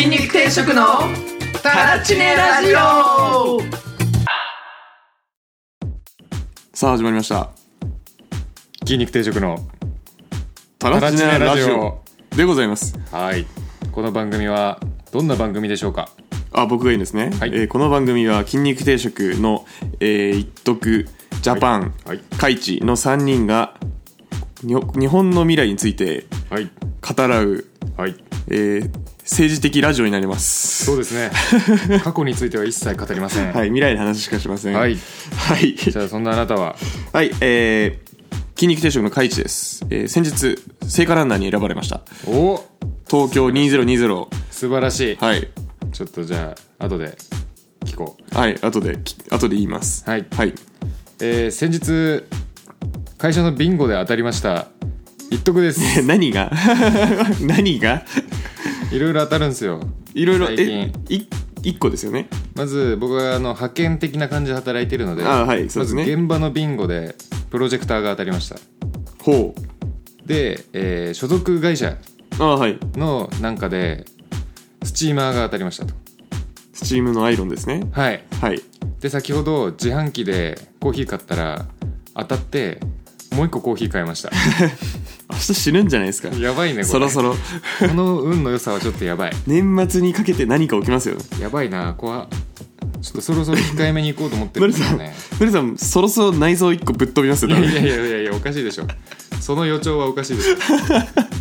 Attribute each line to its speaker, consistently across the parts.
Speaker 1: 食のタラチネラジオ
Speaker 2: さあ始まりました
Speaker 3: 筋肉定食の
Speaker 2: タラチネラジ
Speaker 3: タラチネラ
Speaker 2: オでございます
Speaker 3: はいこの番組はどんな番組でしょうか
Speaker 2: あ僕がいいんですね、
Speaker 3: はい
Speaker 2: えーこの番組は筋肉定食の、えー一徳ジャパン、
Speaker 3: はいはい
Speaker 2: カイチの3人がにょ日本の未来について
Speaker 3: はい
Speaker 2: 語らう、
Speaker 3: はい
Speaker 2: えー政治的ラジオになります
Speaker 3: そうです ね過去については一切語りません
Speaker 2: はい、未来の話しかしません
Speaker 3: はい
Speaker 2: はい
Speaker 3: じゃあそんなあなたは
Speaker 2: はい、えー、筋肉定食のカイチです、えー先日聖火ランナーに選ばれました
Speaker 3: お
Speaker 2: 東京2020
Speaker 3: 素晴らしい、
Speaker 2: はい
Speaker 3: ちょっとじゃあ後で聞こう
Speaker 2: はい後でき後で言います
Speaker 3: はい
Speaker 2: はい
Speaker 3: えー、先日会社のビンゴで当たりました一徳です
Speaker 2: え 何が何が
Speaker 3: いろいろ当たるんですよ
Speaker 2: いろいろ
Speaker 3: 最
Speaker 2: え
Speaker 3: 近
Speaker 2: い一個ですよね
Speaker 3: まず僕はあの派遣的な感じで働いてるので
Speaker 2: あーはいそう
Speaker 3: ま
Speaker 2: です
Speaker 3: ず
Speaker 2: ね
Speaker 3: 現場のビンゴでプロジェクターが当たりました
Speaker 2: ほう
Speaker 3: で、えー所属会社
Speaker 2: ああはい
Speaker 3: のなんかでスチーマーが当たりましたと
Speaker 2: スチームのアイロンですね
Speaker 3: はい
Speaker 2: はい
Speaker 3: で先ほど自販機でコーヒー買ったら当たってもう一個コーヒー買いました
Speaker 2: 明日死ぬんじゃないですか
Speaker 3: やばいねこれ
Speaker 2: そろそろ
Speaker 3: この運の良さはちょっとやばい
Speaker 2: 年末にかけて何か起きますよ
Speaker 3: やばいな怖っちょっとそろそろ控えめに行こうと思ってるんです よね
Speaker 2: 古さんそろそろ内臓一個ぶっ飛びますよ
Speaker 3: いや
Speaker 2: 多
Speaker 3: い
Speaker 2: 分
Speaker 3: やいやいやいやおかしいでしょその予兆はおかしいでしょ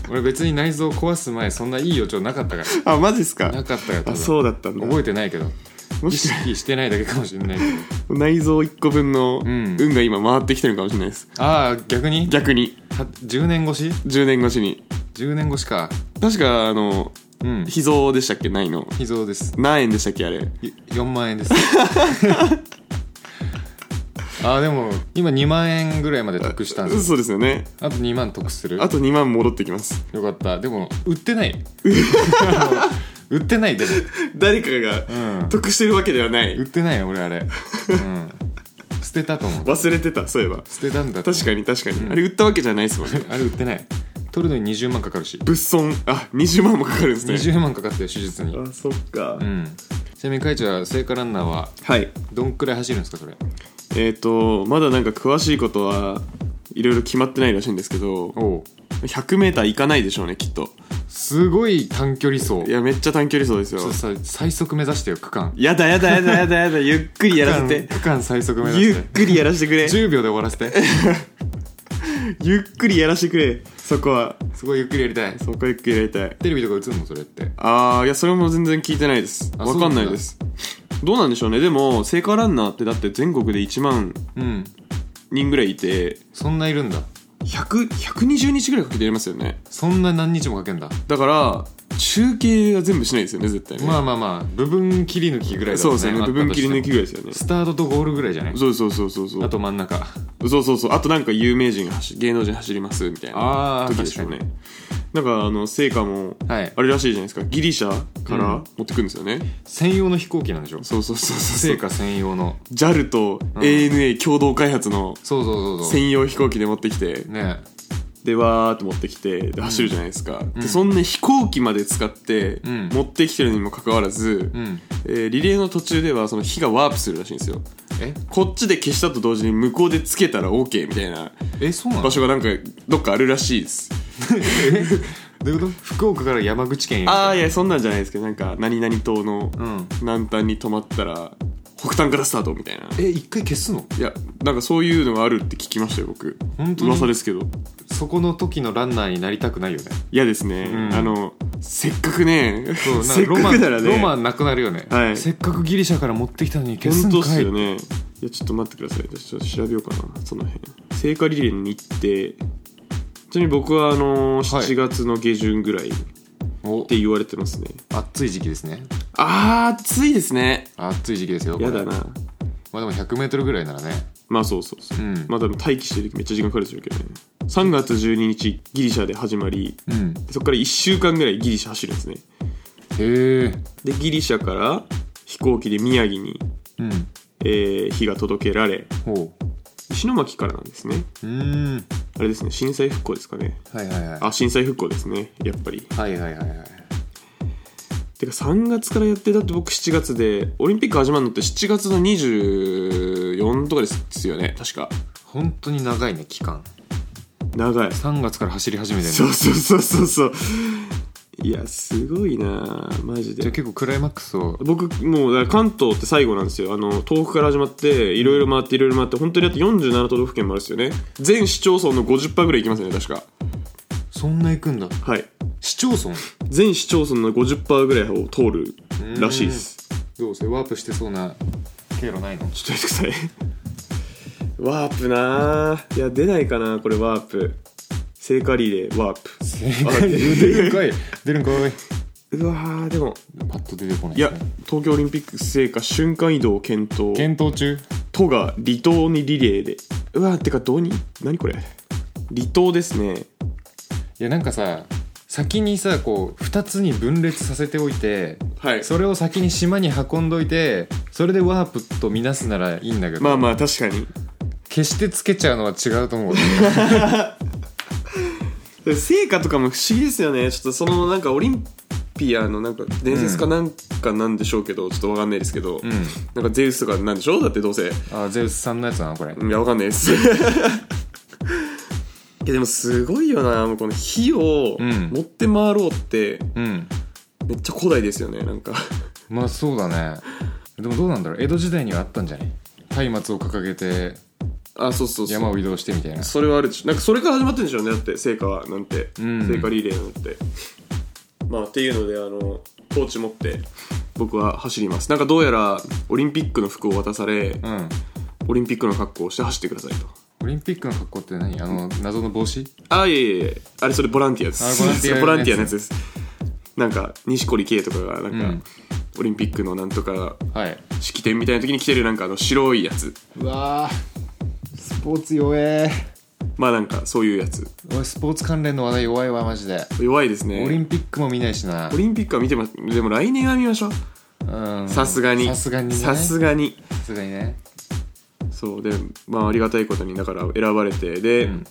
Speaker 3: 俺別に内臓壊す前そんないい予兆なかったか
Speaker 2: あマジですから
Speaker 3: なかったよ多
Speaker 2: あ
Speaker 3: 分
Speaker 2: そうだったんだ
Speaker 3: 覚えてないけど
Speaker 2: も
Speaker 3: 意
Speaker 2: しか
Speaker 3: 識してないだけかもしれないけど
Speaker 2: 内臓一個分の
Speaker 3: ん
Speaker 2: 運が今回ってきてるかもしれないです
Speaker 3: ああ逆に
Speaker 2: 逆に
Speaker 3: は10年越し
Speaker 2: 10年越しに
Speaker 3: 10年越しか
Speaker 2: 確かあの
Speaker 3: うん
Speaker 2: 秘蔵でしたっけないの
Speaker 3: 秘蔵です
Speaker 2: 何円でしたっけあれ
Speaker 3: よ4万 円ですあーでも今2万円ぐらいまで得したんです
Speaker 2: そうですよね
Speaker 3: あと2万得する
Speaker 2: あと2万戻ってきます
Speaker 3: よかったでも売ってない 売ってないでも
Speaker 2: 誰かが
Speaker 3: ん
Speaker 2: 得してるわけではない
Speaker 3: 売ってないよ俺あれ、うん、捨てたと思う
Speaker 2: 忘れてたそういえば
Speaker 3: 捨てたんだと思
Speaker 2: 確かに確かにあれ売ったわけじゃないですもんね
Speaker 3: うあれ売ってない取るのに20万かかるし
Speaker 2: 物損あ20万もかかるんですね
Speaker 3: 20万かかってる手術に
Speaker 2: あそっか
Speaker 3: うんちなみに会長は聖火ランナーは
Speaker 2: はい
Speaker 3: どんくらい走るんですかそれ
Speaker 2: えっとまだなんか詳しいことはいろいろ決まってないらしいんですけど
Speaker 3: おう
Speaker 2: 100m いかないでしょうねきっと
Speaker 3: すごい短距離走
Speaker 2: いやめっちゃ短距離走ですよ
Speaker 3: そうさ最速目指してよ区間
Speaker 2: やだやだやだやだやだゆっくりやらせて
Speaker 3: 区間区間最速目指
Speaker 2: ゆっ
Speaker 3: して
Speaker 2: くりやらせてくれ
Speaker 3: 10秒で終わらせて
Speaker 2: ゆっくりやらせてくれそこは
Speaker 3: すごいゆっくりやりたい
Speaker 2: そこはゆっくりやりたい
Speaker 3: テレビとか映んのそれって
Speaker 2: あーいやそれも全然聞いてないです
Speaker 3: あ
Speaker 2: わかんないですどうなんでしょうねでも聖火ランナーってだって全国で1万
Speaker 3: うん
Speaker 2: 人ぐらいいて
Speaker 3: そんないるんだ
Speaker 2: 100 120日ぐらいかけてやりますよね
Speaker 3: そんな何日もかけんだ
Speaker 2: だから中継は全部しないですよね絶対ね
Speaker 3: まあまあまあ部分切り抜きぐらいだ
Speaker 2: そう
Speaker 3: もん
Speaker 2: ですよね部分切り抜きぐらいですよね
Speaker 3: スタートとゴールぐらいじゃない
Speaker 2: そうそうそうそうそう
Speaker 3: あと真ん中
Speaker 2: そうそうそうあとなんか有名人が走芸能人走りますみたいな
Speaker 3: あー
Speaker 2: 時でしょうねなんかあの聖火も
Speaker 3: はい
Speaker 2: あれらしいじゃないですかギリシャから持ってくるんですよね、
Speaker 3: 専用の飛行機なんでしょ
Speaker 2: そうそうそうそう
Speaker 3: 成果専用の
Speaker 2: JAL と ANA 共同開発の
Speaker 3: そうそうそうそう
Speaker 2: 専用飛行機で持ってきて
Speaker 3: ね
Speaker 2: でわーっと持ってきてで走るじゃないですか、でそんな飛行機まで使って
Speaker 3: うん
Speaker 2: 持ってきてるにもかかわらず、
Speaker 3: うん
Speaker 2: えーリレーの途中ではその火がワープするらしいんですよ
Speaker 3: え
Speaker 2: こっちで消したと同時に向こうでつけたら OK みたいな
Speaker 3: えそうなの
Speaker 2: 場所がなんかどっかあるらしいです
Speaker 3: どういうこと福岡から山口県へ
Speaker 2: ああいやそんなんじゃないですけどなんか何々島の
Speaker 3: うん
Speaker 2: 南端に止まったら北端からスタートみたいな
Speaker 3: え一回消すの
Speaker 2: いやなんかそういうのがあるって聞きましたよ僕
Speaker 3: 本当に
Speaker 2: 噂ですけど
Speaker 3: そこの時のランナーになりたくないよね
Speaker 2: 嫌ですね、
Speaker 3: うん
Speaker 2: あのせっかくね
Speaker 3: そうなんか
Speaker 2: せっかくならね
Speaker 3: ロマンロマンなくなるよね、
Speaker 2: はい
Speaker 3: せっかくギリシャから持ってきたのに消す
Speaker 2: 本
Speaker 3: ん
Speaker 2: 当っ
Speaker 3: か
Speaker 2: す
Speaker 3: い
Speaker 2: よねいやちょっと待ってください私ちょっと調べようかなその辺聖火リレーの日程ちなみに僕はあのー
Speaker 3: はい
Speaker 2: 7月の下旬ぐらいっ
Speaker 3: お
Speaker 2: て言われてますね、
Speaker 3: 暑い時期ですね
Speaker 2: あー暑いですね
Speaker 3: 暑い時期ですよこれ
Speaker 2: やだな
Speaker 3: まあでも 100m ぐらいならね
Speaker 2: まあそうそうそう、
Speaker 3: うん
Speaker 2: まあ多分待機してる時めっちゃ時間かかるでしょうけどね3月12日ギリシャで始まり
Speaker 3: うん
Speaker 2: そこから1週間ぐらいギリシャ走るんですね
Speaker 3: へえ
Speaker 2: でギリシャから飛行機で宮城に、
Speaker 3: うん
Speaker 2: えー火が届けられ
Speaker 3: ほ
Speaker 2: 石巻からなんですね
Speaker 3: ううーん
Speaker 2: あれですね震災復興ですかね
Speaker 3: はいはいはい
Speaker 2: あ震災復興ですねやっぱり
Speaker 3: はいはいはいはい
Speaker 2: てか3月からやってだって僕7月でオリンピック始まるのって7月の24とかですよね確か
Speaker 3: 本当に長いね期間
Speaker 2: 長い
Speaker 3: 3月から走り始めてる
Speaker 2: そうそうそうそうそういやすごいなマジ
Speaker 3: じゃあ
Speaker 2: で
Speaker 3: 結構クライマックスを
Speaker 2: 僕もうだから関東って最後なんですよあの東北から始まっていろいろ回っていろいろ回って本当にあと47都道府県もあるんですよね全市町村の50%ぐらい行きますね確か
Speaker 3: そんな行くんだ
Speaker 2: はい
Speaker 3: 市町村
Speaker 2: 全市町村の50%ぐらいを通るらしいです
Speaker 3: どうせワープしてそうな経路な いの
Speaker 2: ちょっと待ってくださいワープなーいや出ないかなこれワープ聖火リレーワープ
Speaker 3: 正解出るんかい出るんかいう
Speaker 2: わーでも
Speaker 3: パッと出てこない
Speaker 2: いや東京オリンピック聖火瞬間移動を検討
Speaker 3: 検討中
Speaker 2: 都が離島にリレーでうわーてかどうに何これ離島ですね
Speaker 3: いやなんかさ先にさこう2つに分裂させておいて
Speaker 2: はい
Speaker 3: それを先に島に運んどいてそれでワープとみなすならいいんだけど、
Speaker 2: まあまあ確かに
Speaker 3: 決してつけちゃうのは違うと 思う
Speaker 2: 聖火とかも不思議ですよねちょっとそのなんかオリンピアのなんか伝説かなんかなんでしょうけど、ちょっとわかんないですけど、
Speaker 3: うん
Speaker 2: なんかゼウスとかなんでしょうだってどうせ
Speaker 3: あゼウスさんのやつなのこれ
Speaker 2: いや、わかんないです。い や、でもすごいよな。もうこの火を
Speaker 3: うん
Speaker 2: 持って回ろうって、
Speaker 3: うん
Speaker 2: めっちゃ古代ですよね、なんか。
Speaker 3: まあそうだねでもどうなんだろう江戸時代にはあったんじゃない松明を掲げて
Speaker 2: あ、そうそうそう。
Speaker 3: 山を移動してみたいな
Speaker 2: それはあるでしょ。なんかそれから始まってるんでしょうね、だって、聖火は、なんて。
Speaker 3: うん
Speaker 2: 聖火リレーなんて。まあ、っていうので、あの、トーチ持って、僕は走ります。なんかどうやら、オリンピックの服を渡され、
Speaker 3: うん
Speaker 2: オリンピックの格好をして走ってくださいと。
Speaker 3: オリンピックの格好って何あの謎の帽子
Speaker 2: あ、いえいえいえ、あれそれボランティアです。
Speaker 3: あボランティア
Speaker 2: ボランティアのやつです。なんか、錦織圭とかが、なんか、
Speaker 3: うん
Speaker 2: オリンピックのなんとか
Speaker 3: はい
Speaker 2: 式典みたいな時に着てるなんかあの白いやつ。
Speaker 3: うわースポーツ弱え
Speaker 2: まあなんか、そういうやつ。
Speaker 3: 俺スポーツ関連の話題弱いわマジで
Speaker 2: 弱いですね。
Speaker 3: オリンピックも見ないしな
Speaker 2: オリンピックは見てます。でも来年は見ましょう。
Speaker 3: うん
Speaker 2: さすがに。
Speaker 3: さすがにね
Speaker 2: さすがに。
Speaker 3: さすがにね
Speaker 2: そう。で、まあありがたいことに、だから選ばれて。で、
Speaker 3: うん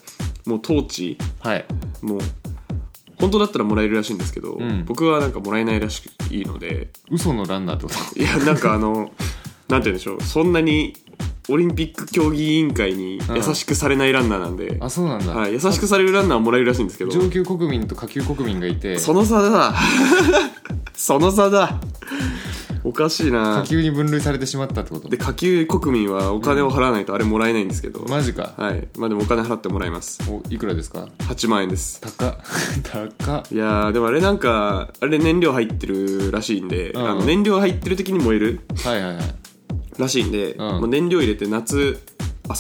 Speaker 2: もうトーチ、
Speaker 3: はい
Speaker 2: もう、本当だったらもらえるらしいんですけど、
Speaker 3: ん
Speaker 2: 僕はなんかもらえないらしくいいので、
Speaker 3: 嘘のランナーってこと
Speaker 2: い やなんかあの なんて言うんでしょうそんなにオリンピック競技委員会に優しくされないランナーなんで、
Speaker 3: あそうなんだ、
Speaker 2: はい、優しくされるランナーはもらえるらしいんですけど
Speaker 3: 上級国民と下級国民がいて
Speaker 2: その差だ その差だおかしい
Speaker 3: 下
Speaker 2: な
Speaker 3: 級に分類されてしまったってこと
Speaker 2: で下級国民はお金を払わないとあれもらえないんですけど、
Speaker 3: マジか、
Speaker 2: はいまあでもお金払ってもらいます
Speaker 3: おいくらですか
Speaker 2: 8万円です
Speaker 3: 高っ 高っ
Speaker 2: いやーでもあれなんかあれ燃料入ってるらしいんで、
Speaker 3: うん
Speaker 2: あの燃料入ってる時に燃える
Speaker 3: はいはいはい
Speaker 2: らしいんで、
Speaker 3: ん
Speaker 2: もう燃料入れて夏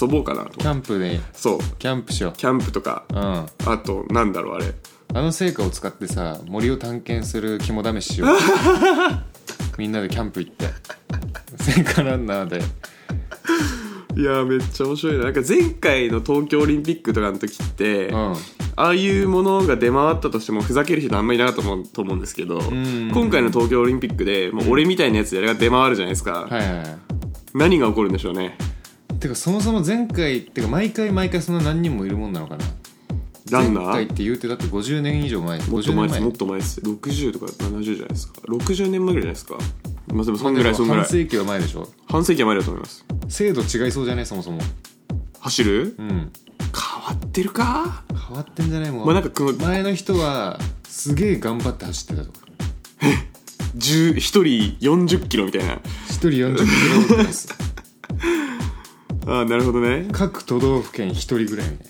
Speaker 2: 遊ぼうかな
Speaker 3: キ
Speaker 2: と
Speaker 3: ャンプで
Speaker 2: そう
Speaker 3: キャンプしよ
Speaker 2: キャンプとか
Speaker 3: ううんあ
Speaker 2: あとなんだろうあれ
Speaker 3: の成果を使ってさ森を探検する肝試ししよう みんなでキャンプ行って 成果ランナーで
Speaker 2: いやーめっちゃ面白いななんか前回の東京オリンピックとかの時って、
Speaker 3: う
Speaker 2: あ
Speaker 3: ん
Speaker 2: あいうものが出回ったとしてもふざける人あんまりいなかったと思うと思うんですけど
Speaker 3: ん
Speaker 2: 今回の東京オリンピックでもう俺みたいなやつであれが出回るじゃないですか、
Speaker 3: はいはいは
Speaker 2: 何が起こるんでしょうね
Speaker 3: いてかそもそも前回ってか毎回毎回そんな何人もいるもんなのかな
Speaker 2: ランナ
Speaker 3: 前回っ
Speaker 2: ー
Speaker 3: て言うてだって50年以上前
Speaker 2: もっと
Speaker 3: 50
Speaker 2: 前
Speaker 3: 年
Speaker 2: ですも
Speaker 3: 前
Speaker 2: っと前です60とか70じゃないですか60年前ぐらいじゃないですかまあでもそんぐらいそんぐら
Speaker 3: 半
Speaker 2: い
Speaker 3: 世紀は前でしょ
Speaker 2: 半世紀は前だと思います
Speaker 3: 制度違いそうじゃないそもそも
Speaker 2: 走る
Speaker 3: うん
Speaker 2: 変わってるか
Speaker 3: 変わってんじゃないもん,、
Speaker 2: まあなんかこの
Speaker 3: 前の人はすげえ頑張って走ってたとか
Speaker 2: 10 1人40キロみたいな
Speaker 3: 一人40キロぐらいです
Speaker 2: ああなるほどね
Speaker 3: 各都道府県一人ぐらいみた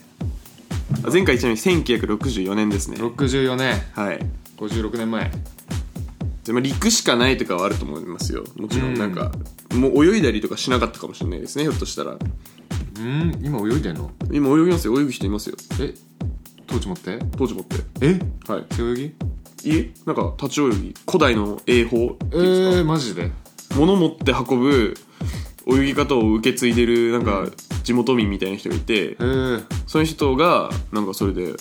Speaker 3: い
Speaker 2: 前回ちなみに1964年ですね
Speaker 3: な64年
Speaker 2: はい
Speaker 3: 56年前
Speaker 2: でまあ陸しかないとかはあると思いますよもちろ
Speaker 3: うんん
Speaker 2: なんか、もう泳いだりとかしなかったかもしれないですねひょっとしたら
Speaker 3: うん今泳いでんの
Speaker 2: 今泳ぎますよ泳ぐ人いますよ
Speaker 3: えトーチ持って
Speaker 2: 当時持って
Speaker 3: え
Speaker 2: はい
Speaker 3: 背泳ぎ
Speaker 2: えなんか立ち泳ぎ古代の泳法っていう
Speaker 3: え
Speaker 2: んですか、
Speaker 3: ー、マジで
Speaker 2: 物持って運ぶ泳ぎ方を受け継いでるなんか地元民みたいな人がいて
Speaker 3: えー、
Speaker 2: その人がなんかそれで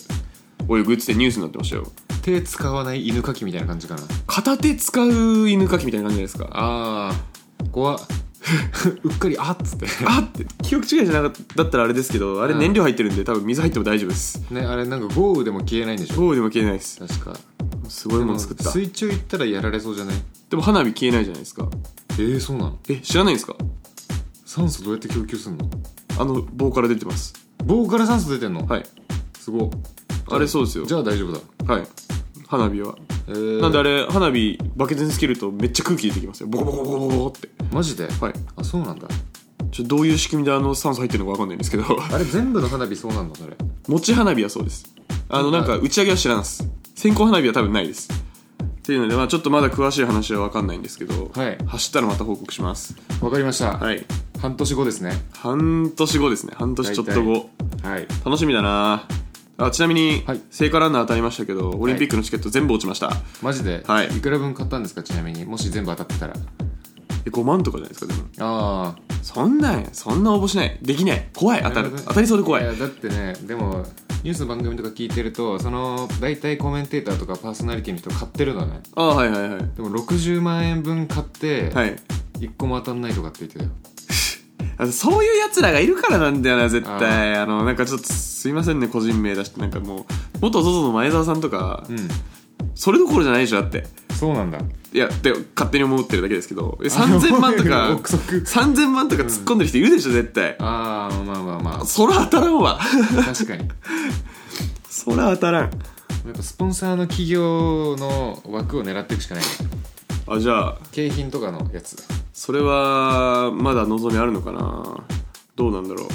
Speaker 2: 泳ぐっつってニュースになってましたよ
Speaker 3: 手使わない犬かきみたいな感じかな
Speaker 2: 片手使う犬かきみたいな感じじゃないですか
Speaker 3: あー怖っ うっかりあっつって
Speaker 2: あって記憶違いじゃなかっただったらあれですけどあれ
Speaker 3: うん
Speaker 2: 燃料入ってるんで多分水入っても大丈夫です
Speaker 3: ねあれなんか豪雨でも消えないんでしょ
Speaker 2: 豪雨でも消えないです
Speaker 3: 確か
Speaker 2: すごいもの作った
Speaker 3: 水中行ったらやられそうじゃない
Speaker 2: でも花火消えないじゃないですか
Speaker 3: えー、そうなの
Speaker 2: え知らないんですか
Speaker 3: 酸素どうやって供給すんの
Speaker 2: あの棒から出てます
Speaker 3: 棒から酸素出てんの
Speaker 2: はい
Speaker 3: すごい
Speaker 2: あれそうですよ
Speaker 3: じゃあ大丈夫だ
Speaker 2: はい花火は
Speaker 3: えー、
Speaker 2: なんであれ花火バケツにつけるとめっちゃ空気出てきますよボコボコボコボコボコって
Speaker 3: マジで
Speaker 2: はい
Speaker 3: あそうなんだ
Speaker 2: ちょどういう仕組みであの酸素入ってるのか分かんないんですけど
Speaker 3: あれ全部の花火そうなんだそれ
Speaker 2: 持ち花火はそうですあのなんか打ち上げは知らんす線香花火は多分ないですっていうので、まあ、ちょっとまだ詳しい話は分かんないんですけど、
Speaker 3: はい
Speaker 2: 走ったらまた報告します
Speaker 3: わかりました、
Speaker 2: はい
Speaker 3: 半年後ですね
Speaker 2: 半年後ですね半年ちょっと後
Speaker 3: はい
Speaker 2: 楽しみだなあちなみに、
Speaker 3: はい
Speaker 2: 聖火ランナー当たりましたけどオリンピックのチケット全部落ちました、
Speaker 3: マジで、
Speaker 2: はい
Speaker 3: くら分買ったんですかちなみにもし全部当たってたら
Speaker 2: え5万とかじゃないですかでも
Speaker 3: ああ
Speaker 2: そんなんそんな応募しないできない怖い当たる当たりそうで怖い
Speaker 3: やだってねでもニュースの番組とか聞いてるとその大体コメンテーターとかパーソナリティの人買ってるのね
Speaker 2: ああはいはいはい
Speaker 3: でも60万円分買って、
Speaker 2: はい
Speaker 3: 一個も当たんないとかって言ってたよ
Speaker 2: あのそういうやつらがいるからなんだよな絶対あのなんかちょっとすいませんね個人名出してなんかもう元 ZOZO の前澤さんとか、
Speaker 3: うん
Speaker 2: それどころじゃないでしょだって
Speaker 3: そうなんだ
Speaker 2: いやで勝手に思ってるだけですけ どえ3000万と か
Speaker 3: 憶測
Speaker 2: 3000万とか突っ込んでる人いるでしょ絶対
Speaker 3: ああまあまあまあ
Speaker 2: そら当たらんわ
Speaker 3: 確かに や
Speaker 2: そら当たらん
Speaker 3: っぱスポンサーの企業の枠を狙っていくしかない
Speaker 2: あじゃあ
Speaker 3: 景品とかのやつだ
Speaker 2: それはまだ望みあるのかなどうなんだろ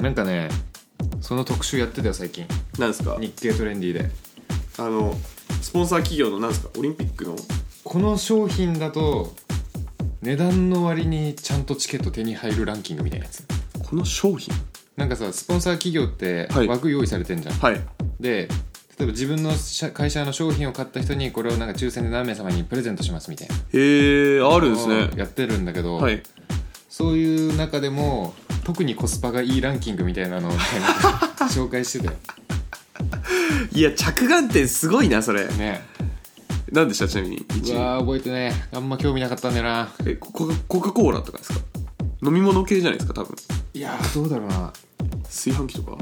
Speaker 2: う
Speaker 3: なんかねその特集やってたよ最近
Speaker 2: なんですか
Speaker 3: 日経トレンディで
Speaker 2: あのスポンサー企業のなんですかオリンピックの
Speaker 3: この商品だと値段の割にちゃんとチケット手に入るランキングみたいなやつ
Speaker 2: この商品
Speaker 3: なんかさスポンサー企業って
Speaker 2: はい
Speaker 3: 枠用意されてんじゃん、
Speaker 2: はい
Speaker 3: で例えば自分の社会社の商品を買った人にこれをなんか抽選で何名様にプレゼントしますみたいな
Speaker 2: へえあるんですね
Speaker 3: やってるんだけど、
Speaker 2: はい
Speaker 3: そういう中でも特にコスパがいいランキングみたいな のをね紹介してたよ
Speaker 2: いや着眼点すごいなそれ
Speaker 3: ね
Speaker 2: 何で したちなみに
Speaker 3: う
Speaker 2: 1位
Speaker 3: わー覚えてねあんま興味なかったんだよな
Speaker 2: えココカコカ・コーラとかですか飲み物系じゃないですか多分
Speaker 3: いやーどうだろうな
Speaker 2: 炊飯器とか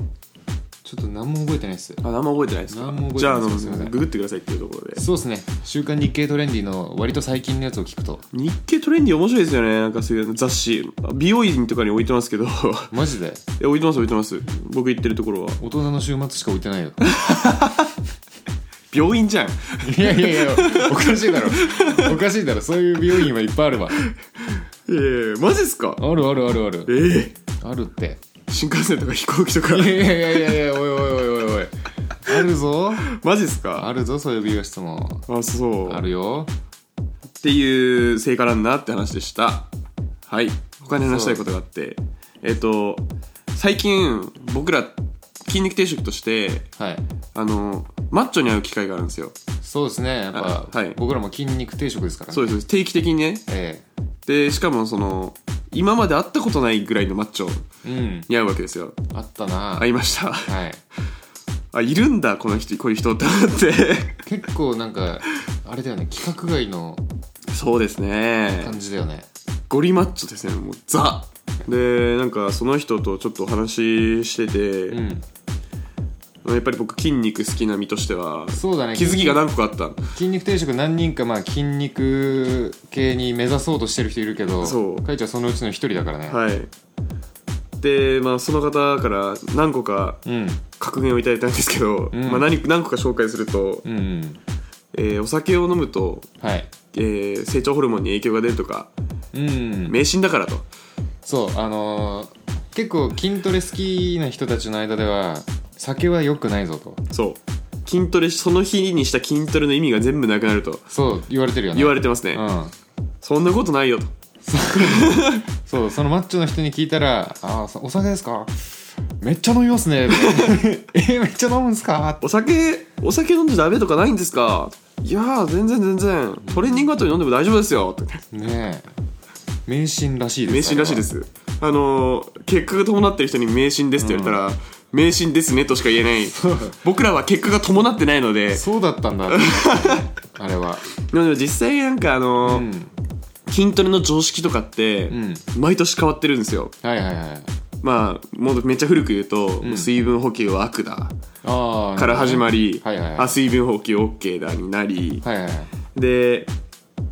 Speaker 3: ちょっと何も覚えてないっす
Speaker 2: あ何も覚えてないですか
Speaker 3: 何も覚えてない
Speaker 2: じゃああ
Speaker 3: すいませ
Speaker 2: の
Speaker 3: ん
Speaker 2: ググってくださいっていうところで
Speaker 3: そうですね「週刊日経トレンディ」の割と最近のやつを聞くと
Speaker 2: 日経トレンディ面白いですよねなんかそういう雑誌美容院とかに置いてますけど い
Speaker 3: マジで
Speaker 2: や置いてます置いてます僕行ってるところは
Speaker 3: 大人の週末しか置いてないよ
Speaker 2: 病院じゃん
Speaker 3: いやいやいやおかしいだろ おかしいだろそういう美容院はいっぱいあるわ
Speaker 2: ええマジっすか
Speaker 3: あるあるあるあ
Speaker 2: ええ
Speaker 3: るあるって
Speaker 2: 新幹線とか飛行機とか
Speaker 3: いやいやいやいやおいおいおいおいおいあるぞ
Speaker 2: マジっすか
Speaker 3: あるぞそういう美容室も
Speaker 2: あそう
Speaker 3: あるよ
Speaker 2: っていう聖火ランナーって話でしたはい他に話したいことがあってえっ、と最近僕ら筋肉定食として
Speaker 3: はい
Speaker 2: あのマッチョに会う機会があるんですよ
Speaker 3: そうですねやっぱ、
Speaker 2: あはい
Speaker 3: 僕らも筋肉定食ですからね
Speaker 2: そうですそうです定期的にね
Speaker 3: え
Speaker 2: でしかもその今まで会ったことないぐらいのマッチョ
Speaker 3: えうん
Speaker 2: に会うわけですよ
Speaker 3: あったな
Speaker 2: 会いました
Speaker 3: はい
Speaker 2: あいるんだこの人こういう人ってなっ
Speaker 3: 結構なんかあれだよね規格外の
Speaker 2: て そうですね
Speaker 3: 感じだよね
Speaker 2: ゴリマッチョですねもうザでなんかその人とちょっとお話ししてて、
Speaker 3: うん
Speaker 2: やっぱり僕筋肉好きな身としては
Speaker 3: そうだね
Speaker 2: 気づきが何個かあった
Speaker 3: 筋肉定食何人かまあ筋肉系に目指そうとしてる人いるけど
Speaker 2: そう
Speaker 3: カイちゃんそのうちの一人だからね、
Speaker 2: はいでまあその方から何個か
Speaker 3: うん
Speaker 2: 格言をいただいたんですけど、
Speaker 3: うん
Speaker 2: まあ、何何個か紹介すると、
Speaker 3: うんうん
Speaker 2: えーお酒を飲むと、
Speaker 3: はい
Speaker 2: えー成長ホルモンに影響が出るとか
Speaker 3: うん
Speaker 2: 迷信だからと
Speaker 3: そうあのー結構筋トレ好きな人たちの間では酒は良くないぞと
Speaker 2: そう筋トレその日にした筋トレの意味が全部なくなると
Speaker 3: そう言われてるよね
Speaker 2: 言われてますね、
Speaker 3: うん
Speaker 2: そんなことないよと
Speaker 3: そうそのマッチョの人に聞いたら「ああお酒ですかめっちゃ飲みます ね」えめっちゃ飲むんすか?
Speaker 2: お酒お酒飲んじゃダメとかないんですかいやー全然全然トレーニング後に飲んでも大丈夫ですよ」って」
Speaker 3: ねえ迷信らしいです
Speaker 2: 迷信らしいですあのー結果が伴ってる人に迷信ですって言われたら、迷信ですねとしか言えない僕らは結果が伴ってないの
Speaker 3: あれ
Speaker 2: で
Speaker 3: はそうだったんだ あれは
Speaker 2: でも実際なんかあの
Speaker 3: う
Speaker 2: ー
Speaker 3: ん
Speaker 2: 筋トレの常識とかって、
Speaker 3: うん
Speaker 2: 毎年変わってるんですよ
Speaker 3: はいはいはい
Speaker 2: まあもうめっちゃ古く言うと、
Speaker 3: ん
Speaker 2: 水分補給は悪だ
Speaker 3: ああ
Speaker 2: から始まり、
Speaker 3: はいはいはい
Speaker 2: あ水分補給 OK だになり
Speaker 3: はいはいはい
Speaker 2: で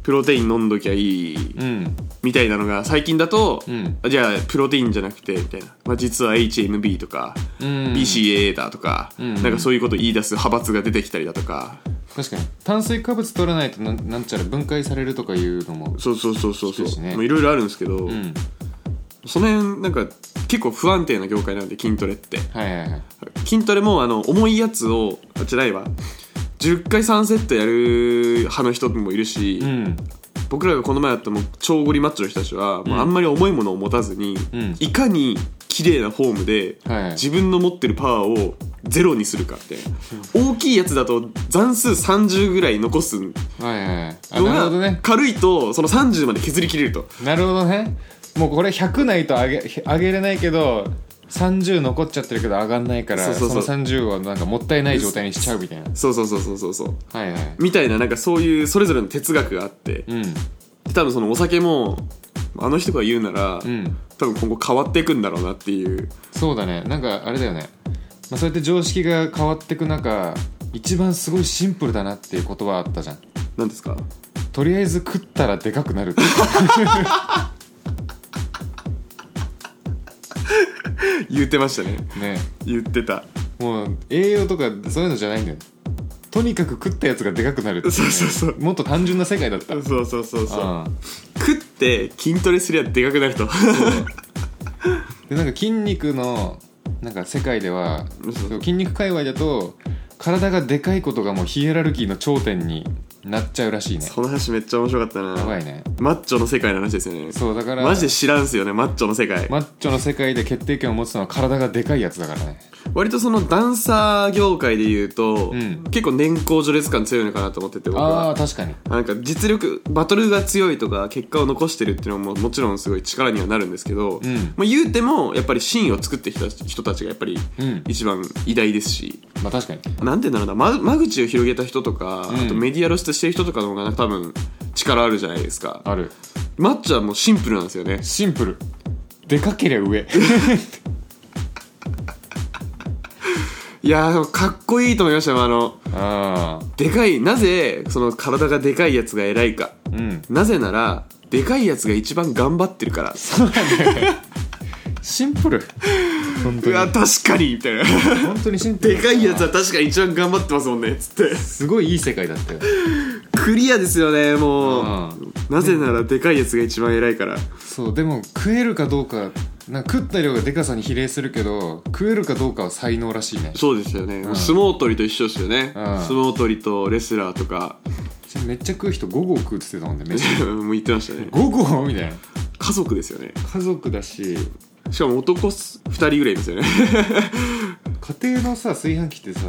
Speaker 2: プロテイン飲んどきゃいい
Speaker 3: うん
Speaker 2: みたいなのが最近だと、
Speaker 3: うん
Speaker 2: あじゃあプロテインじゃなくてみたいな、まあ、実は HMB とか、
Speaker 3: うん
Speaker 2: BCAA だとか、
Speaker 3: うん
Speaker 2: なんかそういうこと言い出す派閥が出てきたりだとか、
Speaker 3: 確かに炭水化物取らないとなんなんちゃら分解されるとかいうのも
Speaker 2: そうそうそうそうそ
Speaker 3: そうです
Speaker 2: う、
Speaker 3: ね
Speaker 2: まあいろいろあるんですけど、
Speaker 3: うん
Speaker 2: その辺なんか結構不安定な業界なんで筋トレって
Speaker 3: はいはいはい
Speaker 2: 筋トレもあの重いやつをあじゃないわ10回3セットやる派の人もいるし、
Speaker 3: うん
Speaker 2: 僕らがこの前やったもう超ゴリマッチョの人たちは、もううんあんまり重いものを持たずに、
Speaker 3: うん
Speaker 2: いかに綺麗なフォームで、
Speaker 3: はいはい
Speaker 2: 自分の持ってるパワーをゼロにするかって、大きいやつだと残数30ぐらい残すの
Speaker 3: はいはいはいあなるほ
Speaker 2: が
Speaker 3: どね
Speaker 2: 軽いとその30まで削り切れると
Speaker 3: なるほどねもうこれ100ないと上げ上げれないけど30残っちゃってるけど上がんないから
Speaker 2: そうそうそう
Speaker 3: の30はなんかもったいない状態にしちゃうみたいな
Speaker 2: そうそうそうそうそうそう
Speaker 3: はいはい
Speaker 2: みたいななんかそういうそれぞれの哲学があって、
Speaker 3: うん
Speaker 2: 多分そのお酒もあの人が言うなら、
Speaker 3: うん
Speaker 2: 多分今後変わっていくんだろうなっていう
Speaker 3: そうだねなんかあれだよね、まあ、そうやって常識が変わってく中一番すごいシンプルだなっていう言葉あったじゃん
Speaker 2: 何ですか
Speaker 3: とりあえず食ったらでかくなるって
Speaker 2: 言ってましたね
Speaker 3: ね
Speaker 2: 言ってた
Speaker 3: もう栄養とかそういうのじゃないんだよとにかく食ったやつがでかくなるっていね
Speaker 2: そうそうそう
Speaker 3: もっと単純な世界だった
Speaker 2: そうそうそうそう
Speaker 3: ああ
Speaker 2: 食って筋トレすりゃでかくなると
Speaker 3: でなんか筋肉のなんか世界では
Speaker 2: そうそう
Speaker 3: そう筋肉界隈だと体がでかいことがもうヒエラルキーの頂点になっちゃうらしいね
Speaker 2: その話めっちゃ面白かったな
Speaker 3: やばいね
Speaker 2: マッチョの世界の話ですよね
Speaker 3: そうだから
Speaker 2: マジで知らんすよねマッチョの世界、
Speaker 3: マッチョの世界で決定権を持つのは体がでかいやつだからね
Speaker 2: 割とそのダンサー業界で言うと、
Speaker 3: うん
Speaker 2: 結構年功序列感強いのかなと思ってて僕は
Speaker 3: ああー確かに
Speaker 2: なんか実力バトルが強いとか結果を残してるっていうのももちろんすごい力にはなるんですけど、
Speaker 3: ん
Speaker 2: まあ、言うてもやっぱりシーンを作ってきた人たちがやっぱり
Speaker 3: うん
Speaker 2: 一番偉大ですし、
Speaker 3: まあ確かに
Speaker 2: なんて言うんだろうな間間口を広げた人とか、
Speaker 3: うん
Speaker 2: あとメディア露出してる人とかの方が多分力あるじゃないですか
Speaker 3: ある
Speaker 2: マッチョはもうシンプルなんですよね
Speaker 3: シンプルでかけりゃ上
Speaker 2: いやーでもかっこいいと思いましたよあの
Speaker 3: ああ
Speaker 2: でかいなぜその体がでかいやつが偉いか
Speaker 3: うん
Speaker 2: なぜならでかいやつが一番頑張ってるから
Speaker 3: シンプル本当
Speaker 2: う
Speaker 3: に
Speaker 2: わ確かにみたいな
Speaker 3: 本当にシンプル
Speaker 2: でかいやつは確かに一番頑張ってますもんねつって
Speaker 3: すごいいい世界だったよ
Speaker 2: クリアですよねもう
Speaker 3: うん
Speaker 2: なぜならでかいやつが一番偉いから
Speaker 3: そうでも食えるかどうかなんか食った量がでかさに比例するけど食えるかどうかは才能らしいね
Speaker 2: そうですよね、
Speaker 3: ん
Speaker 2: 相撲取りと一緒ですよね、
Speaker 3: うん
Speaker 2: 相撲取りとレスラーと か
Speaker 3: めっちゃ食う人5合食うって言ってたもんねめっ ちゃ
Speaker 2: もう言ってましたね
Speaker 3: 5合みたいな
Speaker 2: 家族ですよね
Speaker 3: 家族だし
Speaker 2: しかも男2人ぐらいいますよね
Speaker 3: 家庭のさ炊飯器ってさ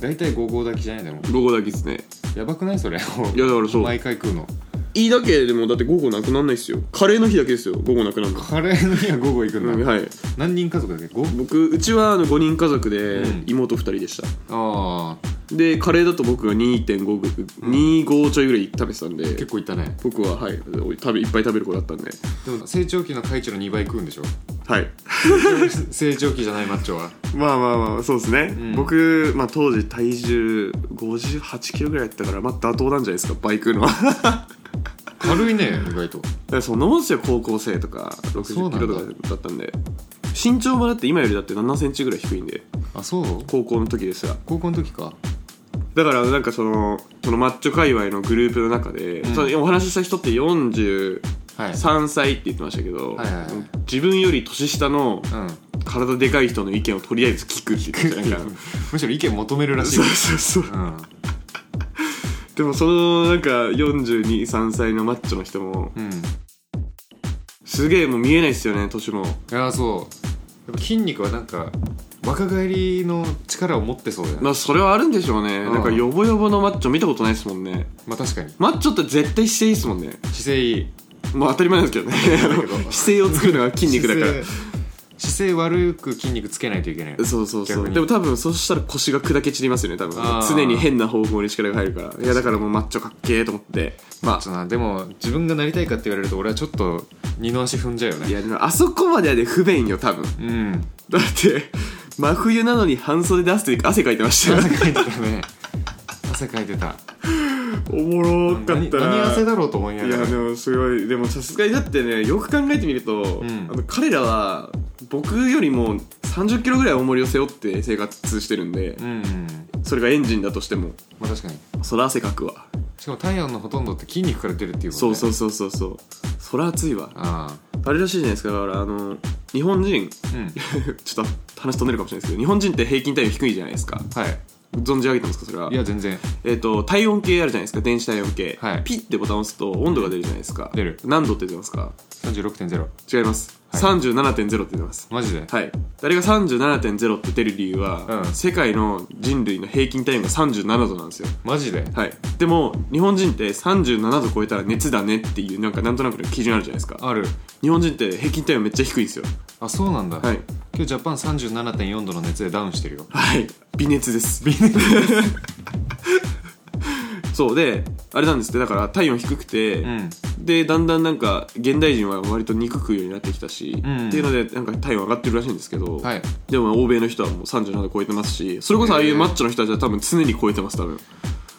Speaker 3: 大体5合炊きじゃないんだもん
Speaker 2: 午後だけですね
Speaker 3: やばくないそれい
Speaker 2: いやだからそう
Speaker 3: 毎回食うの
Speaker 2: いいだけでもだって午後なくなんないですよカレーの日だけですよ午後なくなんの
Speaker 3: カレーの日は5合行くんだ、
Speaker 2: うんはい
Speaker 3: 何人家族だっけ 5?
Speaker 2: 僕うちはあの5人家族で
Speaker 3: うん
Speaker 2: 妹2人でした、
Speaker 3: ああ
Speaker 2: でカレーだと僕が2.5ぐ25ちょいぐらい食べてたんで
Speaker 3: 結構いったね
Speaker 2: 僕ははい食べいっぱい食べる子だったんで
Speaker 3: でも成長期の海中の2倍食うん でしょ
Speaker 2: はい
Speaker 3: 成長期じゃないマッチョは
Speaker 2: まあまあまあそうですね、
Speaker 3: うん
Speaker 2: 僕、まあ、当時体重5 8キロぐらいやったからまあ妥当なんじゃないですかバイクの はだか
Speaker 3: 軽いね意外と
Speaker 2: らそんなもんですよ高校生とか
Speaker 3: そうな
Speaker 2: 60
Speaker 3: んだ
Speaker 2: キロとかだったんで身長もだって今よりだって7センチぐらい低いんで
Speaker 3: あそう
Speaker 2: 高校の時ですら
Speaker 3: 高校の時か
Speaker 2: だからなんかそのそのマッチョ界隈のグループの中で、
Speaker 3: ん
Speaker 2: そのお話しした人って43
Speaker 3: はい
Speaker 2: 歳って言ってましたけど、
Speaker 3: はいはいはい
Speaker 2: 自分より年下の
Speaker 3: うん
Speaker 2: 体でかい人の意見をとりあえず聞くって言ってたじゃないか
Speaker 3: むしろ意見求めるらしい
Speaker 2: そうそうそう
Speaker 3: うん
Speaker 2: でもそのなんか423歳のマッチョの人も
Speaker 3: うんい
Speaker 2: すげえもう見えないっすよね年も
Speaker 3: やーそうやっぱ筋肉はなんか若返りの力を持ってそうだよね
Speaker 2: まあそれはあるんでしょうね、
Speaker 3: うん
Speaker 2: なんかヨボヨボのマッチョ見たことないっすもんね
Speaker 3: まあ確かに
Speaker 2: マッチョって絶対姿勢いいっすもんね
Speaker 3: 姿勢いい
Speaker 2: まあ当たり前なんですけどね 姿勢を作るのが筋肉だから
Speaker 3: 姿勢姿勢悪く筋肉つけないといけない
Speaker 2: そうそうそ
Speaker 3: 逆
Speaker 2: う
Speaker 3: に
Speaker 2: でも多分そしたら腰が砕け散りますよね多分
Speaker 3: あー
Speaker 2: 常に変な方向に力が入るからいやだからもうマッチョかっけえと思ってま
Speaker 3: そうなでも自分がなりたいかって言われると俺はちょっと二の足踏んじゃうよ
Speaker 2: あい
Speaker 3: ね
Speaker 2: やでもあそこまではね不便よ多分
Speaker 3: うん
Speaker 2: だって真冬 なのに半袖出すって汗かいてましたよ
Speaker 3: 汗かいてたね汗かいてた
Speaker 2: おもろか
Speaker 3: 何
Speaker 2: った
Speaker 3: 何
Speaker 2: な
Speaker 3: 汗だろうと思いないが
Speaker 2: や
Speaker 3: ら
Speaker 2: でもすごいでもさすがにだってねよく考えてみると、
Speaker 3: ん
Speaker 2: あの彼らは僕よりも3 0キロぐらい重りを背負って生活してるんで、
Speaker 3: うん
Speaker 2: それがエンジンだとしても
Speaker 3: まあ確かに
Speaker 2: そら汗かくわ、
Speaker 3: しかも体温のほとんどって筋肉から出るっていうもんね
Speaker 2: そうそうそうそうそうそら暑いわ
Speaker 3: あ
Speaker 2: あれらしいじゃないですかだからあの日本人
Speaker 3: あうん
Speaker 2: ちょっと話飛んでるかもしれないですけど日本人って平均体温低いじゃないですか
Speaker 3: はい
Speaker 2: 存じ上げてますかそれはい
Speaker 3: や全然
Speaker 2: えっと体温計あるじゃないですか電子体温計、
Speaker 3: はい
Speaker 2: ピッてボタンを押すと温度が出るじゃないですか
Speaker 3: 出る
Speaker 2: 何度って出ますか
Speaker 3: 36.0
Speaker 2: 違います、
Speaker 3: はい
Speaker 2: 37.0って出ます
Speaker 3: マジで
Speaker 2: はい誰が37.0って出る理由は、
Speaker 3: うん
Speaker 2: 世界の人類の平均体温が37度なんですよ
Speaker 3: マジで
Speaker 2: はいでも日本人って37度超えたら熱だねっていうなんかなんとなくの基準あるじゃないですか
Speaker 3: ある
Speaker 2: 日本人って平均体温めっちゃ低いんですよ
Speaker 3: あそうなんだ
Speaker 2: はい
Speaker 3: 今日ジャパン37.4度の熱でダウンしてるよ
Speaker 2: はい微熱です
Speaker 3: 微熱
Speaker 2: そうであれなんですってだから体温低くて、
Speaker 3: うん
Speaker 2: でだんだんなんか現代人は割と肉食うようになってきたし、
Speaker 3: うん
Speaker 2: っていうのでなんか体温上がってるらしいんですけど、
Speaker 3: はい
Speaker 2: でも欧米の人はもう37度超えてますしそれこそああい
Speaker 3: へ
Speaker 2: う
Speaker 3: ー
Speaker 2: マッチョの人たちは多分常に超えてます多分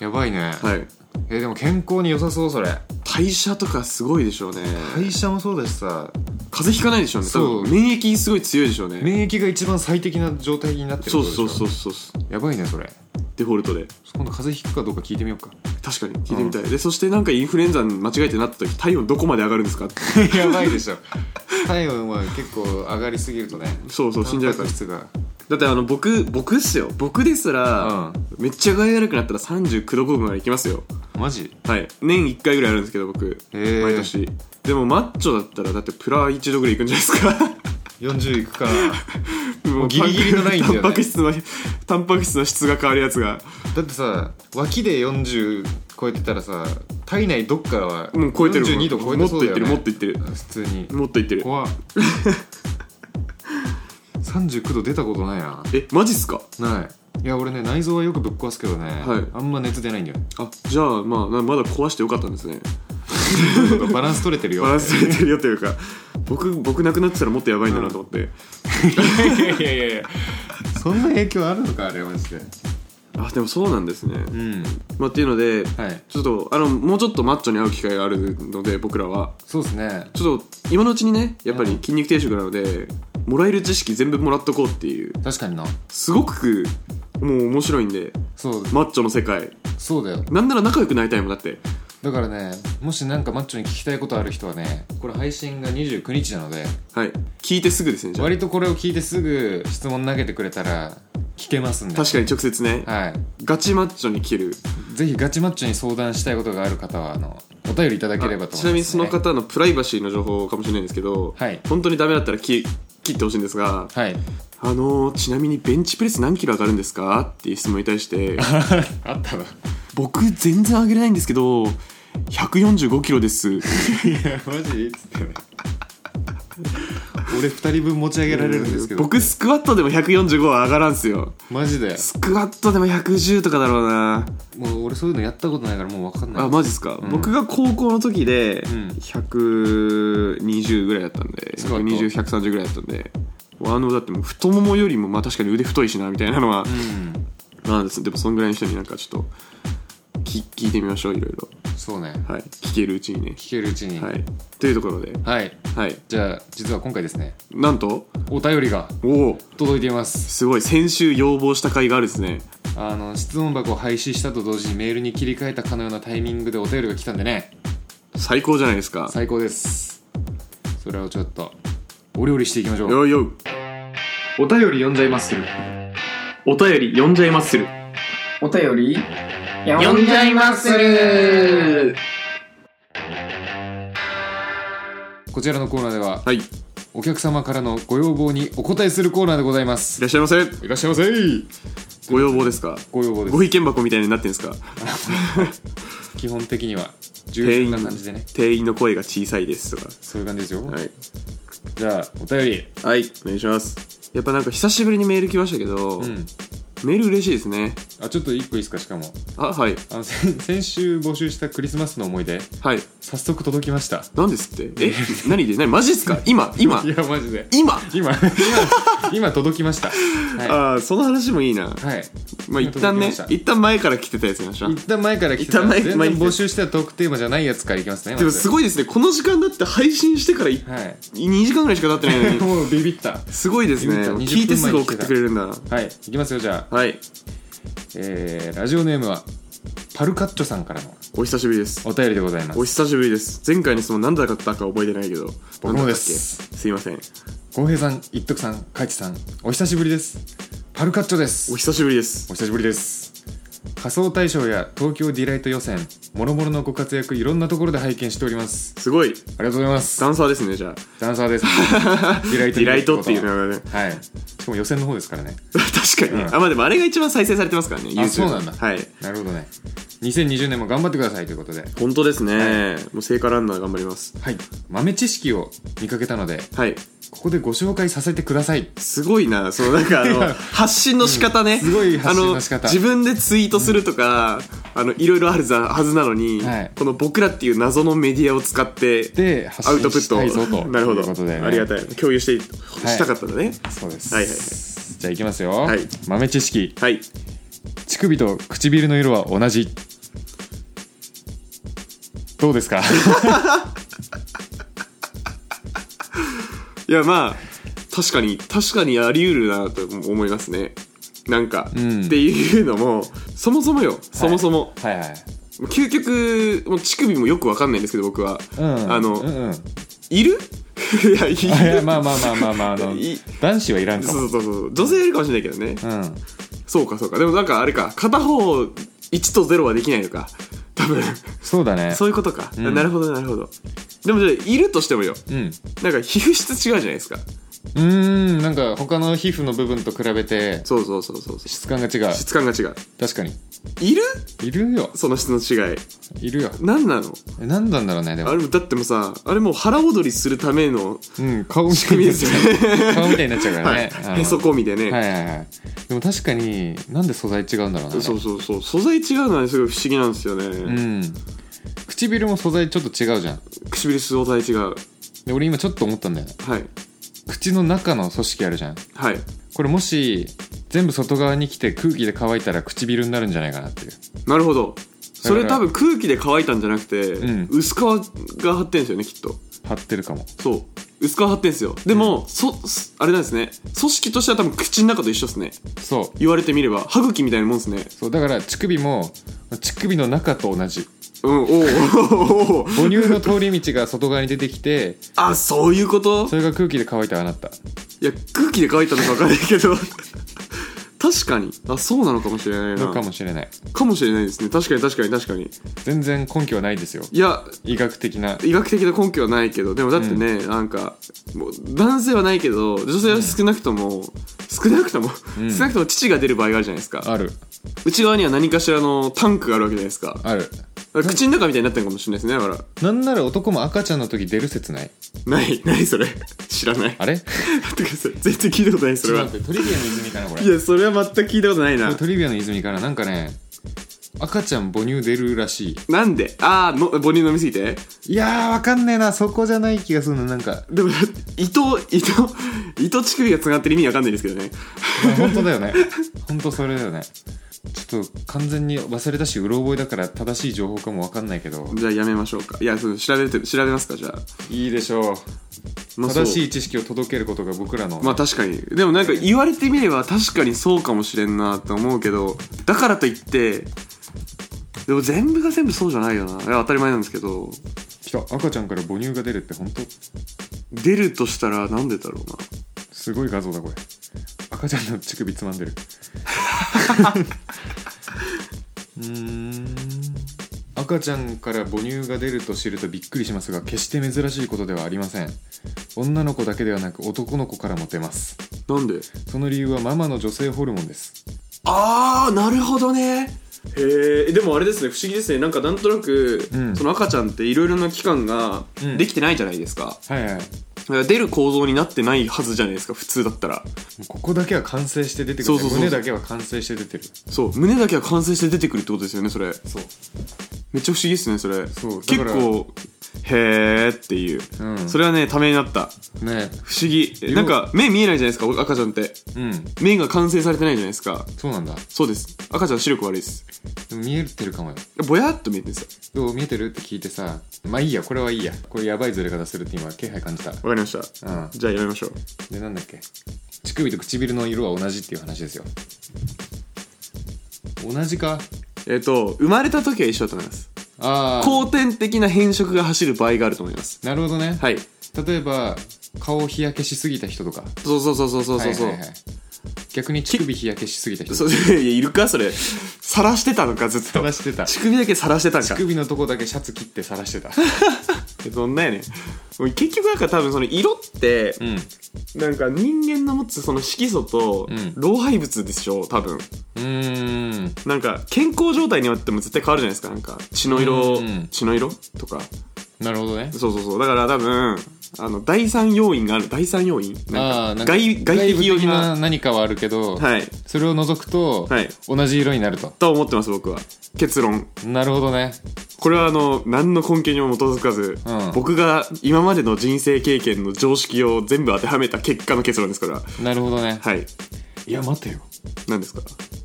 Speaker 3: やばいね
Speaker 2: はい
Speaker 3: えーでも健康に良さそうそれ
Speaker 2: 代謝とかすごいでしょうね
Speaker 3: 代謝もそうだしさ
Speaker 2: 風邪ひかないでしょうね多
Speaker 3: そう
Speaker 2: 分免疫すごい強いでしょうね
Speaker 3: 免疫が一番最適な状態になってるって
Speaker 2: そ
Speaker 3: こ
Speaker 2: う
Speaker 3: とでし
Speaker 2: そ
Speaker 3: ょ
Speaker 2: うそうそうそう
Speaker 3: やばいねそれ
Speaker 2: デフォルトで
Speaker 3: 今度風邪ひくかどうか聞いてみ ようか
Speaker 2: 確かに聞いてみたい、でそしてなんかインフルエンザに間違えてなった時体温どこまで上がるんですかって
Speaker 3: やばいでしょ体温は結構上がりすぎるとね
Speaker 2: そうそう死んじゃうから
Speaker 3: タンパク質が
Speaker 2: だってあの僕僕っすよ僕ですら、めっちゃ具合悪くなったら39度5分までいきますよ
Speaker 3: マジ
Speaker 2: はい年1回ぐらいあるんですけど僕、
Speaker 3: へー
Speaker 2: 毎年でもマッチョだったらだってプラ1度ぐらいいくんじゃないですか
Speaker 3: 40いくか
Speaker 2: も
Speaker 3: うギリギリのラインだよね
Speaker 2: タンパク質のタンパク質の質が変わるやつが
Speaker 3: だってさ脇で40超えてたらさ体内どっかは
Speaker 2: もう超えてる
Speaker 3: 42度超えてそうだよね
Speaker 2: もっといってるもっといって
Speaker 3: 普通に
Speaker 2: るもっといってる
Speaker 3: 怖っ39度出たことないな
Speaker 2: えマジっすか
Speaker 3: ないいや俺ね内臓はよくぶっ壊すけどね、
Speaker 2: はい
Speaker 3: あんま熱出ないんだよ
Speaker 2: あじゃあまあなまだ壊してよかったんですね
Speaker 3: バランス取れてるよ
Speaker 2: バランス取れてるよというか僕僕なくなってたらもっとやばいんだなと思って、
Speaker 3: いやいやいやいやそんな影響あるのかあれマジで
Speaker 2: あでもそうなんですね、
Speaker 3: うん
Speaker 2: まあ、っていうので、
Speaker 3: はい
Speaker 2: ちょっとあのもうちょっとマッチョに会う機会があるので僕らは
Speaker 3: そうですね
Speaker 2: ちょっと今のうちにねやっぱり
Speaker 3: うん
Speaker 2: 筋肉定食なので、もらえる知識全部もらっとこうっていう
Speaker 3: 確かにな
Speaker 2: すごくもう面白いんで
Speaker 3: そう
Speaker 2: マッチョの世界
Speaker 3: そうだよ
Speaker 2: なんなら仲良くなりたいもんだって
Speaker 3: だからねもしなんかマッチョに聞きたいことある人はねこれ配信が29日なので
Speaker 2: はい聞いてすぐですねじゃあ
Speaker 3: 割とこれを聞いてすぐ質問投げてくれたら聞けますんで
Speaker 2: 確かに直接ね、
Speaker 3: は
Speaker 2: ガチマッチョに聞ける
Speaker 3: いぜひガチマッチョに相談したいことがある方はあのお便りいただければと思います、ね、
Speaker 2: ちなみにその方のプライバシーの情報かもしれないんですけど、
Speaker 3: はい
Speaker 2: 本当にダメだったら切切ってほしいんですが
Speaker 3: はい
Speaker 2: あのーちなみにベンチプレス何キロ上がるんですかっていう質問に対して
Speaker 3: あったわ
Speaker 2: 僕全然上げれないんですけど145キロです
Speaker 3: いやマジっつってね 俺2人分持ち上げられるんですけど
Speaker 2: 僕スクワットでも145は上がらんすよ
Speaker 3: マジで
Speaker 2: スクワットでも110とかだろうな
Speaker 3: もう俺そういうのやったことないからもう分かんない
Speaker 2: あマジっすか、
Speaker 3: うん
Speaker 2: 僕が高校の時で
Speaker 3: ん
Speaker 2: 120ぐらいだったんで
Speaker 3: スクワット
Speaker 2: 120130ぐらいだったんであのだってもう太ももよりもまあ確かに腕太いしなみたいなのは、
Speaker 3: うん
Speaker 2: まあでもそんぐらいの人になんかちょっとき聞いてみましょういろいろ
Speaker 3: そうね
Speaker 2: はい聞けるうちにね
Speaker 3: 聞けるうちに
Speaker 2: は
Speaker 3: はい、
Speaker 2: いというところではい
Speaker 3: じゃあ実は今回ですね
Speaker 2: なんと
Speaker 3: お便りが
Speaker 2: おお
Speaker 3: 届いています
Speaker 2: すごい先週要望した回があるんですね
Speaker 3: あの質問箱を廃止したと同時にメールに切り替えたかのようなタイミングでお便りが来たんでね
Speaker 2: 最高じゃないですか
Speaker 3: 最高ですそれをちょっとお料理していきましょう
Speaker 2: よいよ
Speaker 3: お便り読んじゃいまする
Speaker 2: お便り読んじゃいまする
Speaker 1: お便り
Speaker 4: 呼んじゃいまする
Speaker 3: こちらのコーナーでは
Speaker 2: はいい
Speaker 3: お客様からのご要望にお答えするコーナーでございます
Speaker 2: らっしゃいませ
Speaker 3: いらっしゃいませ
Speaker 2: ご要望ですか
Speaker 3: ご要望です
Speaker 2: ご意見箱みたいになってんですか
Speaker 3: 基本的には従
Speaker 2: 店
Speaker 3: 順
Speaker 2: 員
Speaker 3: な感じでね
Speaker 2: 店員の声が小さいですとか
Speaker 3: そういう感じですよ、
Speaker 2: はい、
Speaker 3: じゃあお便り
Speaker 2: はい、お願いしますやっぱなんか久しぶりにメール来ましたけど、
Speaker 3: うん
Speaker 2: メール嬉しいですね
Speaker 3: あちょっと一個いいですかしかも
Speaker 2: あはい
Speaker 3: あの先先週募集したクリスマスの思い出
Speaker 2: はい
Speaker 3: 早速届きました
Speaker 2: なんですってえ何で何マジっすか今今
Speaker 3: いやマジで
Speaker 2: 今、
Speaker 3: 今 今今届きましたは
Speaker 2: ああその話もいいな、
Speaker 3: い、はい、
Speaker 2: まあ一旦ね
Speaker 3: 届きまし
Speaker 2: 一旦前から来てたやつにしましょう
Speaker 3: 一旦前から来てた
Speaker 2: 一旦前
Speaker 3: 全然
Speaker 2: 前に来て
Speaker 3: 募集してたトークテーマじゃないやつからいきますね
Speaker 2: でもす
Speaker 3: い
Speaker 2: ごいですねこの時間だって配信してからい
Speaker 3: はい
Speaker 2: 2時間ぐらいしか経ってないのに
Speaker 3: もうビビった
Speaker 2: すごいですね
Speaker 3: ゆうちゃん20
Speaker 2: 聞いてすぐ送ってくれるんだな
Speaker 3: はいいきますよじゃあ、
Speaker 2: はい
Speaker 3: えー、ラジオネームはパルカッチョさんからの
Speaker 2: お久しぶりです
Speaker 3: お便りでございます
Speaker 2: お久しぶりです前回の質問何だったか覚えてないけど
Speaker 3: 僕もです
Speaker 2: 何だったっけすいません
Speaker 3: 浩平さん一徳さんカイチさんお久しぶりですパルカッチョです
Speaker 2: お久しぶりです
Speaker 3: お久しぶりです仮想大賞や東京ディライト予選諸々のご活躍いろんなところで拝見しております
Speaker 2: すごい
Speaker 3: ありがとうございます
Speaker 2: ダンサーですねじゃ
Speaker 3: ダンサ ーですディライ
Speaker 2: あディライトっていう
Speaker 3: は
Speaker 2: 名前で
Speaker 3: はいしかも予選の方ですからね
Speaker 2: 確かに、
Speaker 3: うん
Speaker 2: あまあでもあれが一番再生されてますからね YouTube
Speaker 3: あそうなんだ
Speaker 2: はい
Speaker 3: なるほどね2020年も頑張ってくださいということで
Speaker 2: 本当ですね、もう聖火ランナー頑張ります
Speaker 3: はい豆知識を見かけたので
Speaker 2: はい
Speaker 3: ここでご紹介させてください
Speaker 2: すごいなそのなんかあの発信の仕方ね、
Speaker 3: うんすごい発信の仕方
Speaker 2: あの自分でツイートするとか、あのいろいろあるざはずなのに、
Speaker 3: はい
Speaker 2: この僕らっていう謎のメディアを使って
Speaker 3: で発
Speaker 2: アウト
Speaker 3: 信
Speaker 2: プ
Speaker 3: し
Speaker 2: ット
Speaker 3: たいぞと
Speaker 2: なるほど
Speaker 3: ということでね、
Speaker 2: ありがたい共有してしたかったのね
Speaker 3: そうです、
Speaker 2: はいはいはい
Speaker 3: じゃあいきますよ、
Speaker 2: はい
Speaker 3: 豆知識
Speaker 2: はい
Speaker 3: 乳首と唇の色は同じどうです か
Speaker 2: いやまあ確かに確かにあり得るなと思いますねなんか、
Speaker 3: ん
Speaker 2: っていうのもそもそもよそもそも、
Speaker 3: はいはい
Speaker 2: 究極もう乳首もよくわかんないんですけど僕は、
Speaker 3: うん
Speaker 2: あの、
Speaker 3: うんうん、い
Speaker 2: いるいやいる
Speaker 3: やまあまあまあまあまああの
Speaker 2: い
Speaker 3: 男子はいらんか
Speaker 2: そ
Speaker 3: も
Speaker 2: うそうそうそう女性よりかもしれないけどね、
Speaker 3: うん
Speaker 2: そうかそうかでもなんかあれか片方1と0はできないのか多分
Speaker 3: そうだね
Speaker 2: そういうことか、
Speaker 3: ん
Speaker 2: なるほどなるほどでもじゃあいるとしてもよ
Speaker 3: うんう
Speaker 2: なんか皮膚質違うじゃないですか
Speaker 3: ーんなんか他の皮膚の部分と比べて
Speaker 2: そうそうそうそうそう
Speaker 3: 質感が違う
Speaker 2: 質感が違う
Speaker 3: 確かに
Speaker 2: いる
Speaker 3: いるよ
Speaker 2: その質の違い
Speaker 3: いるよ
Speaker 2: 何なの
Speaker 3: え何なんだろうねで
Speaker 2: あ
Speaker 3: も
Speaker 2: れだってもさあれもう腹踊りするため の
Speaker 3: うん顔み
Speaker 2: 仕
Speaker 3: たい
Speaker 2: 組
Speaker 3: に
Speaker 2: みで
Speaker 3: なっ
Speaker 2: す
Speaker 3: ち
Speaker 2: よ
Speaker 3: ゃう
Speaker 2: ね
Speaker 3: 顔みたいになっちゃうから
Speaker 2: は
Speaker 3: ね、あ
Speaker 2: い
Speaker 3: の
Speaker 2: へそ込みでね、
Speaker 3: はいはいはいでも確かになんで素材違うんだろうなあれ
Speaker 2: そうそうそう素材違うのはねすごい不思議なんですよね、
Speaker 3: うん唇も素材ちょっと違うじゃん
Speaker 2: 唇素材違う
Speaker 3: で俺今ちょっと思ったんだよね
Speaker 2: はい
Speaker 3: 口の中の組織あるじゃん
Speaker 2: はい
Speaker 3: これもし全部外側に来て空気で乾いたら唇になるんじゃないかなっていう
Speaker 2: なるほどそれ
Speaker 3: だか
Speaker 2: 多
Speaker 3: ら
Speaker 2: 分空気で乾いたんじゃなくて、
Speaker 3: うん
Speaker 2: 薄皮が張ってんですよねきっと
Speaker 3: 張ってるかも
Speaker 2: そう薄皮張ってんですよでも、そすあれなんですね組織としては多分口の中と一緒ですね
Speaker 3: そう
Speaker 2: 言われてみれば歯茎みたいなもんですね
Speaker 3: そうだから乳首も乳首の中と同じ
Speaker 2: うん おうおうおう
Speaker 3: 母乳の通り道が外側に出てきて
Speaker 2: あそういうこと
Speaker 3: それが空気で乾いたらああなった
Speaker 2: いや空気で乾いたのか分かんないけど確かにあそうなのかもしれないな
Speaker 3: のかもしれない
Speaker 2: かもしれないですね確かに確かに確かに
Speaker 3: 全然根拠はないですよ
Speaker 2: いや
Speaker 3: 医学的な
Speaker 2: 医学的な根拠はないけどでもだってね、なんかもう男性はないけど女性は少なくとも、少なくとも、
Speaker 3: ん
Speaker 2: 少なくとも乳が出る場合があるじゃないですか
Speaker 3: ある
Speaker 2: 内側には何かしらのタンクがあるわけじゃないですかだか
Speaker 3: ある
Speaker 2: ら口の中みたいになってるかもしれないですねだか
Speaker 3: なんなら男も赤ちゃんの時出る説ない
Speaker 2: らないないそれ 知らない
Speaker 3: あれ
Speaker 2: 待ってください全然聞いたことないそれは
Speaker 3: ちょっと待ってトリビアの泉かなこれ
Speaker 2: いやそれは全く聞いたことない
Speaker 3: こ
Speaker 2: な
Speaker 3: れトリビアの泉からなんかね赤ちゃん母乳出るらし
Speaker 2: なんでああ母乳飲みすぎて
Speaker 3: いいやーわかんねえなそこじゃない気がするのなんか
Speaker 2: でもだって糸糸糸乳首がつながってる意味わかんないですけどね
Speaker 3: まあ本当だよね本当それだよねちょっと完全に忘れたしうろ覚えだから正しい情報かもわかんないけど
Speaker 2: じゃあやめましょうかいやその調べて調べますかじゃあ
Speaker 3: いいでしょう
Speaker 2: まあそう
Speaker 3: 正しい知識を届けることが僕らの、
Speaker 2: まあ確かにでもなんか言われてみれば確かにそうかもしれんなと思うけどだからといってでも全部が全部そうじゃないよないや当たり前なんですけど
Speaker 3: 来た赤ちゃんから母乳が出るって本当
Speaker 2: 出るとしたらなんでだろうな
Speaker 3: すごい画像だこれ赤ちゃんの乳首つまんでるうーん赤ちゃんから母乳が出ると知るとびっくりしますが決して珍しいことではありません女の子だけではなく男の子からも出ます
Speaker 2: なんで
Speaker 3: その理由はママの女性ホルモンです
Speaker 2: ああなるほどねへえでもあれですね不思議ですねなんかなんとなく、
Speaker 3: うん
Speaker 2: その赤ちゃんっていろいろな器官が
Speaker 3: うん
Speaker 2: できてないじゃないですか、
Speaker 3: はいはい
Speaker 2: だ
Speaker 3: も
Speaker 2: から出る構造になってないはずじゃないですか普通だったら
Speaker 3: うここだけは完成して出てく
Speaker 2: そう
Speaker 3: る
Speaker 2: そうそう
Speaker 3: 胸だけは完成して出てる
Speaker 2: そう胸だけは完成して出てくるってことですよねそれ
Speaker 3: そう
Speaker 2: めっちゃ不思議ですねそれ
Speaker 3: そうだ
Speaker 2: 結
Speaker 3: から
Speaker 2: 構へーっていう、
Speaker 3: うん
Speaker 2: それはねためになった
Speaker 3: ね
Speaker 2: 不思議えなんか目見えないじゃないですか赤ちゃんって
Speaker 3: うん
Speaker 2: 目が完成されてないじゃないですか
Speaker 3: そうなんだ
Speaker 2: そうです赤ちゃん視力悪いです
Speaker 3: でも見えてるかもよ
Speaker 2: ぼやっと見えてるんですよ
Speaker 3: どう見えてるって聞いてさまあいいやこれはいいやこれやばいずれ方するって今気配感じた
Speaker 2: わかりました、
Speaker 3: うん
Speaker 2: じゃあやめましょう
Speaker 3: でなんだっけ乳首と唇の色は同じっていう話ですよ同じか
Speaker 2: えっ、と生まれた時は一緒だと思います
Speaker 3: ああ
Speaker 2: 後天的な変色が走る場合があると思います
Speaker 3: なるほどね、
Speaker 2: はい
Speaker 3: 例えば顔を日焼けしすぎた人とか
Speaker 2: そうそうそうそうそうそうそう、
Speaker 3: はいはいはい逆に乳首日焼けしすぎた人
Speaker 2: そう いやいるかそれさらしてたのかずっ と
Speaker 3: 晒してた
Speaker 2: 乳首だけさらしてたん
Speaker 3: 乳
Speaker 2: か
Speaker 3: 首のとこだけシャツ切って 晒してた
Speaker 2: どんなやねんもう結局なんか多分その色って
Speaker 3: う、ん
Speaker 2: なんか人間の持つその色素と
Speaker 3: うん
Speaker 2: 老廃物でしょ多分
Speaker 3: うーん
Speaker 2: なんか健康状態によっても絶対変わるじゃないですかなんか血の色、
Speaker 3: うん
Speaker 2: 血の色とか
Speaker 3: なるほどね
Speaker 2: そうそうそうだから多分あの第三要因がある第三要因
Speaker 3: あ
Speaker 2: な
Speaker 3: あ
Speaker 2: ん
Speaker 3: な
Speaker 2: か
Speaker 3: んか
Speaker 2: 外外
Speaker 3: 部
Speaker 2: 的要因
Speaker 3: な
Speaker 2: が
Speaker 3: 何かはあるけど、
Speaker 2: はい
Speaker 3: それを除くと、
Speaker 2: はい
Speaker 3: 同じ色になると
Speaker 2: と思ってます僕は結論
Speaker 3: なるほどね
Speaker 2: これはあの何の根拠にも基づかず、
Speaker 3: うん
Speaker 2: 僕が今までの人生経験の常識を全部当てはめた結果の結論ですから
Speaker 3: なるほどね
Speaker 2: はい
Speaker 3: いや待てよ
Speaker 2: 何ですか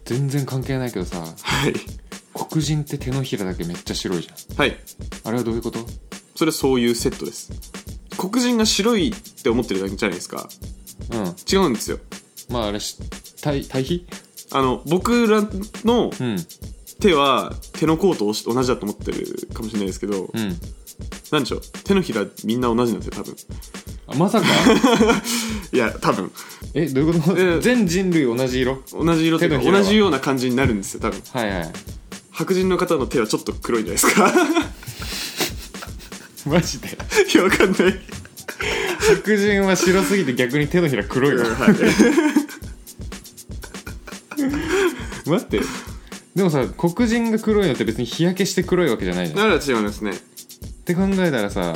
Speaker 3: 全然関係ないけどさ
Speaker 2: はい
Speaker 3: 黒人って手のひらだけめっちゃ白いじゃん
Speaker 2: はい
Speaker 3: あれはどういうこと
Speaker 2: それはそういうセットです黒人が白いって思ってるだけじゃないですか
Speaker 3: うん
Speaker 2: 違うんですよ
Speaker 3: まああれし対対比
Speaker 2: あの僕らの
Speaker 3: うん
Speaker 2: 手は手の甲と同じ同じだと思ってるかもしれないですけど、
Speaker 3: うん
Speaker 2: なんでしょう手のひらみんな同じなんですよ多分
Speaker 3: あま さか
Speaker 2: いや多分
Speaker 3: えどういうこと、
Speaker 2: え
Speaker 3: 全人類同じ色
Speaker 2: 同じ色という
Speaker 3: 手の
Speaker 2: か
Speaker 3: ひら
Speaker 2: 同
Speaker 3: は
Speaker 2: じような感じになるんですよ多分
Speaker 3: はいはい
Speaker 2: 白人の方の手はちょっと黒いんじゃないですか
Speaker 3: マジで
Speaker 2: いやわかんない
Speaker 3: 白人は白すぎて逆に手のひら黒いわ、 待ってでもさ黒人が黒いのって別に日焼けして黒いわけじゃないじゃんっ
Speaker 2: なら違うんですね
Speaker 3: て考えたらさ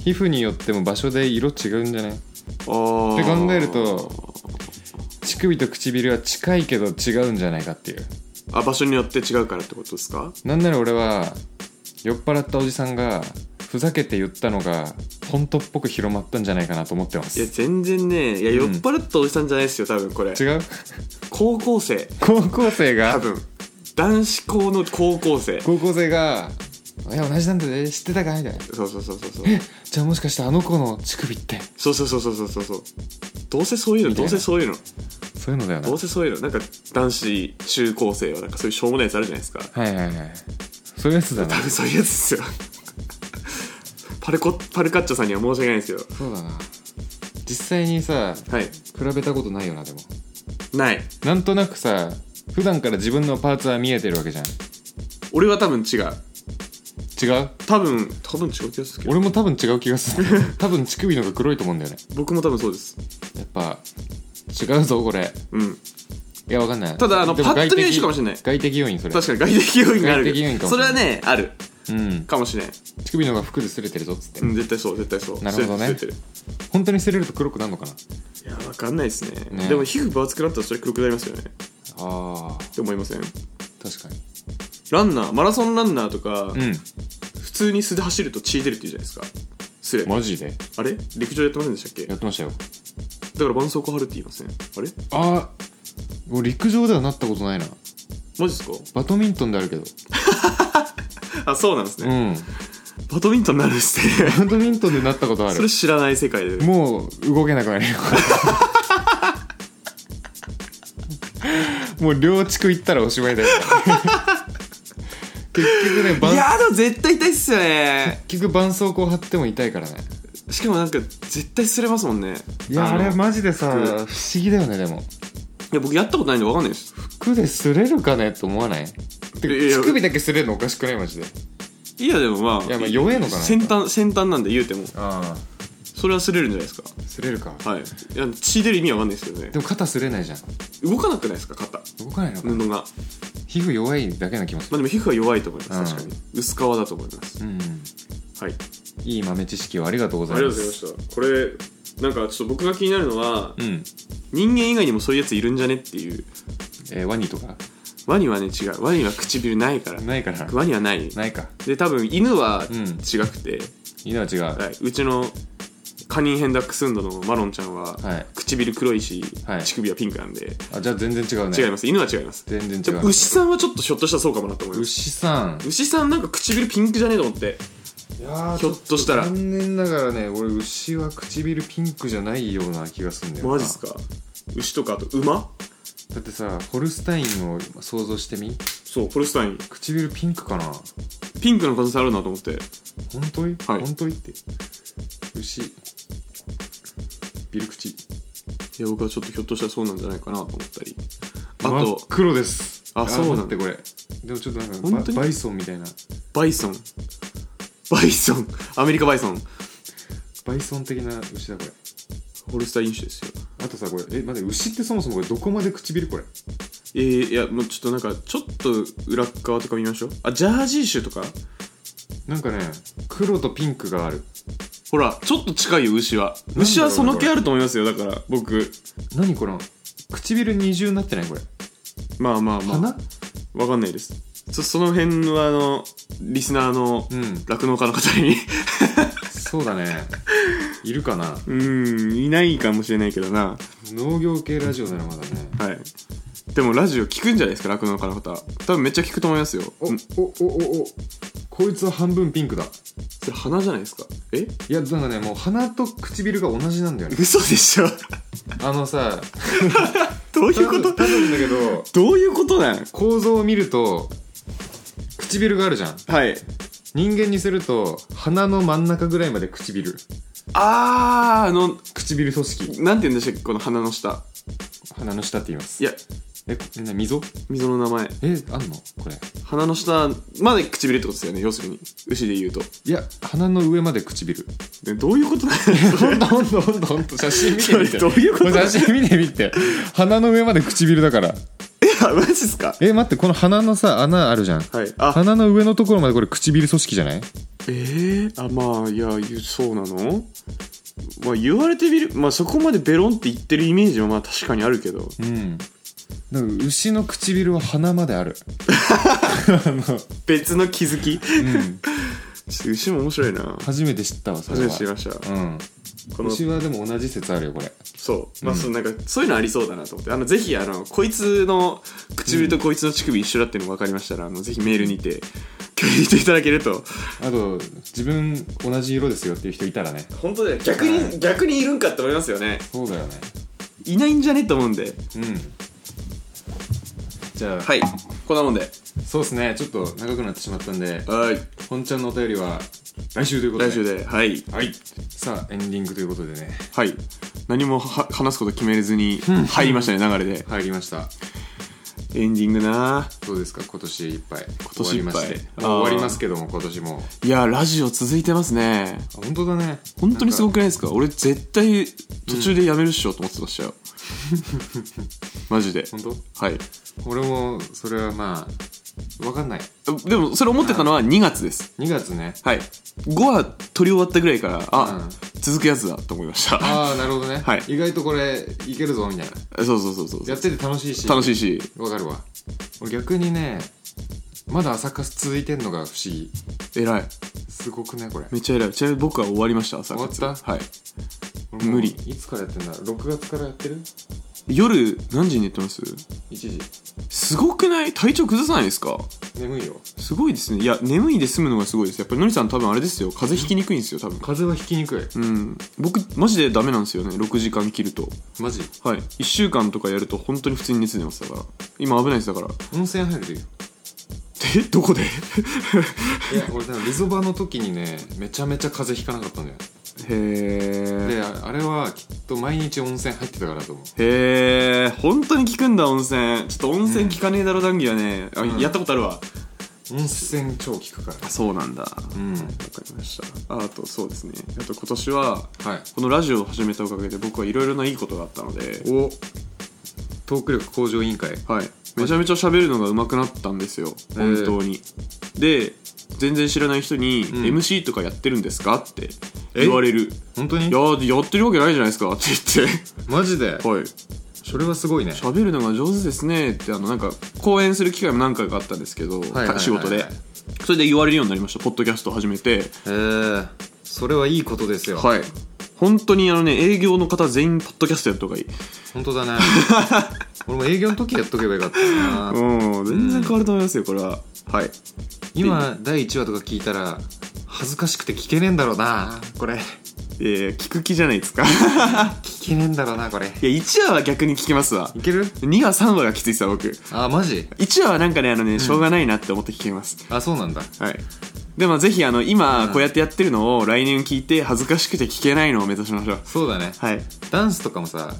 Speaker 3: 皮膚によっても場所で色違うんじゃないって
Speaker 2: あー
Speaker 3: 考えると乳首と唇は近いけど違うんじゃないかっていう
Speaker 2: あ場所によって違うからってことですか
Speaker 3: なんなら俺は酔っ払ったおじさんがふざけて言ったのが本当っぽく広まったんじゃないかなと思ってま
Speaker 2: い
Speaker 3: す
Speaker 2: や
Speaker 3: 違
Speaker 2: 全然ねいや酔っ払ったおじさんじゃないですよ多分これ
Speaker 3: う
Speaker 2: 高校生
Speaker 3: 高校生
Speaker 2: 多
Speaker 3: が
Speaker 2: 分男子校の高校生
Speaker 3: 高校生が「いや同じなんだね知ってたか?」みたいな
Speaker 2: そうそうそうそうそう
Speaker 3: 「じゃあもしかしてあの子の乳首って
Speaker 2: そうそうそうそうそうそうそうどうせそういうの
Speaker 3: みた
Speaker 2: ど
Speaker 3: いうな
Speaker 2: せそういうの
Speaker 3: そういうのだよな」
Speaker 2: どうせそういうのなんか男子中高生はなんかそういうしょうもないやつあるじゃないですか
Speaker 3: はいはいはいそういうやつだな
Speaker 2: 多分そういうやつですよパルコパルカッチョさんには申し訳ないですけど
Speaker 3: そうだな実際にさ
Speaker 2: はい
Speaker 3: 比べたことないよなでも
Speaker 2: ない
Speaker 3: なんとなくさ普段から自分のパーツは見えてるわけじゃん
Speaker 2: 俺は多分違う
Speaker 3: 違う
Speaker 2: 多分多分違う気がするけど
Speaker 3: 俺も多分違う気がする 多分乳首の方が黒いと思うんだよね
Speaker 2: 僕も多分そうです
Speaker 3: やっぱ違うぞこれ
Speaker 2: うん
Speaker 3: いやわかんない
Speaker 2: ただあの
Speaker 3: でも
Speaker 2: パッと見える
Speaker 3: 外的
Speaker 2: かもしれない
Speaker 3: 外的要因それ
Speaker 2: 確かに外的要因がある
Speaker 3: 外的要因かも
Speaker 2: それはねある
Speaker 3: うん
Speaker 2: かもしれない
Speaker 3: 乳首の方が服で擦れてるぞっつって、
Speaker 2: うん絶対そう絶対そう
Speaker 3: なるほどね
Speaker 2: 捨ててる
Speaker 3: 本当に擦れると黒くなるのかな
Speaker 2: 捨ててるいやわかんないですね
Speaker 3: ね
Speaker 2: でも皮膚分厚くなったらそれ黒くなりますよねっ
Speaker 3: あ
Speaker 2: て思いません
Speaker 3: 確かに
Speaker 2: ランナーマラソンランナーとか、
Speaker 3: う
Speaker 2: 普通に素で走ると血出るって言うじゃないですかすれ
Speaker 3: んマジで
Speaker 2: あれ陸上やってませんでしたっけ
Speaker 3: や
Speaker 2: だ
Speaker 3: ってましたよ
Speaker 2: から絆創膏貼るって言いませんあれ
Speaker 3: あー俺陸上ではなったことないな
Speaker 2: マジですか
Speaker 3: バドミントンであるけど
Speaker 2: あそうなんです
Speaker 3: う
Speaker 2: ね、
Speaker 3: ん
Speaker 2: バドミントンになるんです ね
Speaker 3: バドミントンでなったことあ
Speaker 2: そ
Speaker 3: る
Speaker 2: れ知らない世界で
Speaker 3: もう動けなくなるよ もう両地区行ったらおしまいだよ結局ねば
Speaker 2: い
Speaker 3: ん
Speaker 2: やでも絶対痛いっすよね
Speaker 3: 結局絆創膏貼っても痛いからね
Speaker 2: しかもなんか絶対擦れますもんね
Speaker 3: いやあ
Speaker 2: の
Speaker 3: れマジでさ不
Speaker 2: 服
Speaker 3: 思議だよねでも
Speaker 2: いや僕やったことないんで分かんないです
Speaker 3: 服で擦れるかねと思わないてか
Speaker 2: いやいや
Speaker 3: 乳首だけ擦れるのおかしくないマジで
Speaker 2: いやでもまあ
Speaker 3: いやまあ弱えのかな
Speaker 2: 先端先端なんで言うても
Speaker 3: ああ
Speaker 2: それは擦れるんじゃないです
Speaker 3: 擦れるか
Speaker 2: かはいいや血出る意味は分かんないですけどね
Speaker 3: でも肩擦れないじゃん
Speaker 2: 動かなくないですか肩
Speaker 3: 動かないのか
Speaker 2: 布がまあ
Speaker 3: 皮膚弱いだけな気もす
Speaker 2: で
Speaker 3: る
Speaker 2: も皮膚は弱いと思います
Speaker 3: う
Speaker 2: 確
Speaker 3: ん
Speaker 2: かに薄皮だと思います
Speaker 3: うん
Speaker 2: はい
Speaker 3: いい豆知識をありがとうご
Speaker 2: あ
Speaker 3: ざ
Speaker 2: りが
Speaker 3: い
Speaker 2: とう
Speaker 3: ま
Speaker 2: ございますしたこれなんかちょっと僕が気になるのは
Speaker 3: うん
Speaker 2: 人間以外にもそういうやついるんじゃねっていう
Speaker 3: えーワニとか
Speaker 2: ワニはね違うワニは唇ないから
Speaker 3: ないから
Speaker 2: ワニはない
Speaker 3: ないか
Speaker 2: で多分犬は
Speaker 3: うん
Speaker 2: 違くて、
Speaker 3: 犬は違うは
Speaker 2: はい、うちのカニンヘンダックスンドのマロンちゃんは、
Speaker 3: はい
Speaker 2: 唇黒いし、
Speaker 3: はい
Speaker 2: 乳首はピンクなんで
Speaker 3: あじゃあ全然違うね
Speaker 2: 違います犬は違います
Speaker 3: 全然違う
Speaker 2: ちょ牛さんはちょっとひょっとしたらそうかもなと思います
Speaker 3: 牛さん
Speaker 2: 牛さんなんか唇ピンクじゃねえと思って
Speaker 3: いやー
Speaker 2: ひょっとしたら
Speaker 3: ちょっ残念ながらね俺牛は唇ピンクじゃないような気がするんだよな
Speaker 2: マジっすか牛とかあと馬
Speaker 3: だってさホルスタインを想像してみ
Speaker 2: そうホルスタイン
Speaker 3: 唇ピンクかな
Speaker 2: ピンクの可能性あるなと思って
Speaker 3: 本当い、
Speaker 2: はい
Speaker 3: 本当いって牛ビル口
Speaker 2: いや僕はちょっとひょっとしたらそうなんじゃないかなと思ったりあ
Speaker 3: あ
Speaker 2: と
Speaker 3: と黒です
Speaker 2: あそうなんだ
Speaker 3: だってこれでもちょっとなん
Speaker 2: 本
Speaker 3: か
Speaker 2: 当
Speaker 3: バ
Speaker 2: に
Speaker 3: バイソンみたいな
Speaker 2: バイソンバイソンアメリカバイソン
Speaker 3: バイソン的な牛だこれ
Speaker 2: ホルスタイン種ですよ
Speaker 3: あとさこれえ待って牛ってそもそもこれどこまで唇これ
Speaker 2: えー、いやもうちょっとなんかちょっと裏っ側とか見ましょうあジャージー種とか
Speaker 3: なんかね黒とピンクがある
Speaker 2: ほらちょっと近いよ牛は
Speaker 3: ろう
Speaker 2: 牛はその気あると思いますよだから僕
Speaker 3: 何この唇二重になってないこれ
Speaker 2: まあまあま
Speaker 3: 鼻、
Speaker 2: あわかんないですそその辺はあのリスナーの
Speaker 3: うん
Speaker 2: 酪農家の方に
Speaker 3: そうだねいるかな
Speaker 2: うーんいないかもしれないけどな
Speaker 3: 農業系ラジオならまだね
Speaker 2: はいでもラジオ聞くんじゃないですか酪農家の方多分めっちゃ聞くと思いますよ
Speaker 3: おお
Speaker 2: うん
Speaker 3: おおおこいつは半分ピンクだ
Speaker 2: それ鼻じゃないですか え
Speaker 3: いやなんかねもう鼻と唇が同じなん だよね
Speaker 2: 嘘でしょ
Speaker 3: あのさ
Speaker 2: どういうこ
Speaker 3: 多分
Speaker 2: と
Speaker 3: 多分だけど
Speaker 2: どういうことなん
Speaker 3: 構造を見ると唇があるじゃん
Speaker 2: はい
Speaker 3: 人間にすると鼻の真ん中ぐらいまで唇
Speaker 2: あーあの
Speaker 3: 唇組織
Speaker 2: なんて言うんでしたっけこの鼻の下
Speaker 3: 鼻の下って言います
Speaker 2: いや
Speaker 3: ええな溝
Speaker 2: 溝の名前
Speaker 3: えあんのこれ
Speaker 2: 鼻の下まで唇ってことですよね要するに牛で言うと
Speaker 3: いや鼻の上まで唇
Speaker 2: でどういうこと なん
Speaker 3: ほんとほんとほんとほんと写真見てみて
Speaker 2: それどういうこと
Speaker 3: れ写真見てみて鼻の上まで唇だから
Speaker 2: あマジっすか
Speaker 3: え待ってこの鼻のさ穴あるじゃん
Speaker 2: はいあ
Speaker 3: 鼻の上のところまでこれ唇組織じゃない
Speaker 2: えー、あまあいやゆそうなのまあ言われてみるまあそこまでベロンって言ってるイメージもまあ確かにあるけど
Speaker 3: うんだから牛の唇は鼻ま であるあの、
Speaker 2: 別の気づきちょ
Speaker 3: うん、
Speaker 2: っと牛も面白いな
Speaker 3: 初めて知ったわそれ
Speaker 2: 初
Speaker 3: は
Speaker 2: めて知りました
Speaker 3: うん
Speaker 2: この
Speaker 3: 牛はでも同じ説あるよこれ
Speaker 2: そうまあそうなんかそういうのありそうだなと思ってあのぜひあのこいつの唇とこいつの乳首一緒だっていうのが分かりましたらあのぜひメールにて共有していただけると
Speaker 3: あと自分同じ色ですよっていう人いたらね
Speaker 2: 本当だよ逆に逆にいるんかって思いますよね
Speaker 3: そうだよね
Speaker 2: いないんじゃねと思うんで
Speaker 3: うんじゃあ、
Speaker 2: はいこんなもんで
Speaker 3: そうですねちょっと長くなってしまったんで
Speaker 2: はい
Speaker 3: 本ちゃんのお便りは来週ということで
Speaker 2: 来週ではい
Speaker 3: はいさあエンディングということでね
Speaker 2: はい何もは話すこと決めずに入りましたね流れで
Speaker 3: 入りました
Speaker 2: エンディングな
Speaker 3: どうですか今年いっぱい今
Speaker 2: 年いっぱい
Speaker 3: 終わりまして
Speaker 2: あー
Speaker 3: もう終わりますけども今年も
Speaker 2: いやラジオ続いてますね
Speaker 3: あ本当だね
Speaker 2: 本当にすご
Speaker 3: く
Speaker 2: くないですか俺絶対途中でやめるっしょと思ってましたよ、マジで
Speaker 3: 本当
Speaker 2: はい
Speaker 3: 俺もそれはまあわかんない
Speaker 2: でもそれ思ってたのは2月です
Speaker 3: 2月ね
Speaker 2: はい5話取り終わったぐらいからあ、
Speaker 3: う
Speaker 2: 続くやつだと思いました
Speaker 3: ああなるほどね、
Speaker 2: はい
Speaker 3: 意外とこれいけるぞみたいな
Speaker 2: そうそうそうそう
Speaker 3: やってて楽しいし
Speaker 2: 楽しいし
Speaker 3: わかるわ俺逆にねまだ朝活続いてんのが不思議
Speaker 2: 偉い
Speaker 3: すごくねこれ
Speaker 2: めっちゃ偉いちなみに僕は終わりました朝活
Speaker 3: 終わった
Speaker 2: はい
Speaker 3: 俺もう
Speaker 2: 無理
Speaker 3: いつからやってんだ6月からやってる
Speaker 2: 夜何時に寝てます
Speaker 3: 1時
Speaker 2: すごくない体調崩さないですか
Speaker 3: 眠いよ
Speaker 2: すごいですねいや眠いで済むのがすごいですやっぱりのりさん多分あれですよ風邪ひきにくいんですよ多分
Speaker 3: 風邪はひきにくい
Speaker 2: うん僕マジでダメなんですよね6時間切ると
Speaker 3: マジ
Speaker 2: はい1週間とかやると本当に普通に熱出ますだから今危ないですだから
Speaker 3: 温泉入るよ
Speaker 2: えどこで
Speaker 3: いや俺多分リゾバの時にねめちゃめちゃ風邪ひかなかったんだよ
Speaker 2: へ
Speaker 3: でああれはきっと毎日温泉入ってたからだと思う
Speaker 2: えへえ本当に効くんだ温泉ちょっと温泉効かねえだろ談義はね、あ
Speaker 3: ん
Speaker 2: やったことあるわ
Speaker 3: 温泉超効くから
Speaker 2: あそうなんだわか
Speaker 3: うんはい
Speaker 2: りましたああとそうですねあと今年はこのラジオを始めたおかげで僕はいろいろないいことがあったので
Speaker 3: おトーク力向上委員会
Speaker 2: はい、めちゃめちゃ喋るのが上手くなったんですよ本当に、で全然知らない人に「
Speaker 3: ん
Speaker 2: MC とかやってるんですか?」って言われる
Speaker 3: 本当
Speaker 2: 「い
Speaker 3: に
Speaker 2: やーやってるわけないじゃないですか」って言って
Speaker 3: マジで
Speaker 2: はい
Speaker 3: それはすごいね
Speaker 2: 喋るのが上手ですねってあのなんか講演する機会も何回かあったんですけど、
Speaker 3: いはいはいはい
Speaker 2: 仕事でそれで言われるようになりましたポッドキャストを始めて
Speaker 3: ええそれはいいことですよ、
Speaker 2: はい本当にあのね営業の方全員ポッドキャストやった方がいい
Speaker 3: 本当だ ね俺も営業の時やっとけばよかったな、
Speaker 2: うん全然変わると思いますよこれははい
Speaker 3: 今第1話とか聞いたら恥ずかしくて聞けねえんだろうなこれ
Speaker 2: えー、聞く気じゃないですか
Speaker 3: 聞けねえんだろうなこれ
Speaker 2: いや1話は逆に聞きますわ
Speaker 3: いける
Speaker 2: 2話3話がきついさ僕
Speaker 3: あマジ
Speaker 2: 1話はなんかねあのねしょうがないなって思って聞きます、
Speaker 3: あそうなんだ
Speaker 2: はい。でもぜひあの今こうやってやってるのを来年聞いて恥ずかしくて聞けないのを目指しましょう。
Speaker 3: そうだね
Speaker 2: はい。
Speaker 3: ダンスとかもさ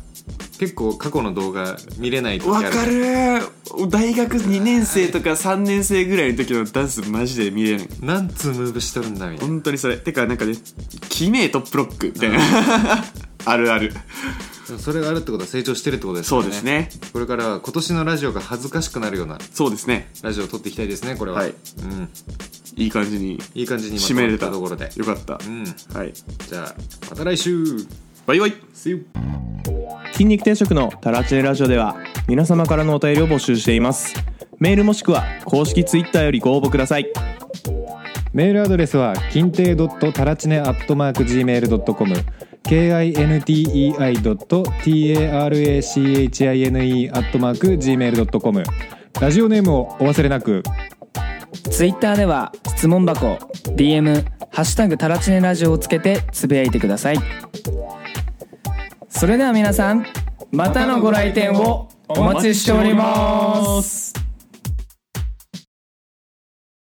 Speaker 3: 結構過去の動画見れない時あ
Speaker 2: わ
Speaker 3: る
Speaker 2: かるー大学2年生とか3年生ぐらいの時のダンスマジで見れない。
Speaker 3: なんつうムーブしとるんだみたいな
Speaker 2: 本当にそれ。てかなんかね、キメートップロックみたいな。 あるある。
Speaker 3: でもそれがあるってことは成長してるってことです
Speaker 2: そ
Speaker 3: よ
Speaker 2: うですね。
Speaker 3: これからは今年のラジオが恥ずかしくなるような
Speaker 2: そうですね。
Speaker 3: ラジオを撮っていきたいですねこれは、
Speaker 2: はい
Speaker 3: うん、
Speaker 2: いい感じに
Speaker 3: いい感じにまと
Speaker 2: 締
Speaker 3: ま
Speaker 2: め
Speaker 3: っ
Speaker 2: れた
Speaker 3: ところで
Speaker 2: よかった。
Speaker 3: うん
Speaker 2: はい。
Speaker 3: じゃあまた来週
Speaker 2: バイバイ
Speaker 3: See you
Speaker 5: 筋肉定食のタラチネラジオでは皆様からのお便りを募集していますメールもしくは公式ツイッターよりご応募ください
Speaker 6: メールアドレスは金亭ドットタラチネアットマーク gmail.com kintei.tarachine アットマーク gmail.com ラジオネームをお忘れなく
Speaker 7: ツイッターでは質問箱 DM「ハッシュタグタラチネラジオ」をつけてつぶやいてくださいそれでは皆さんまたのご来店をお待ちしております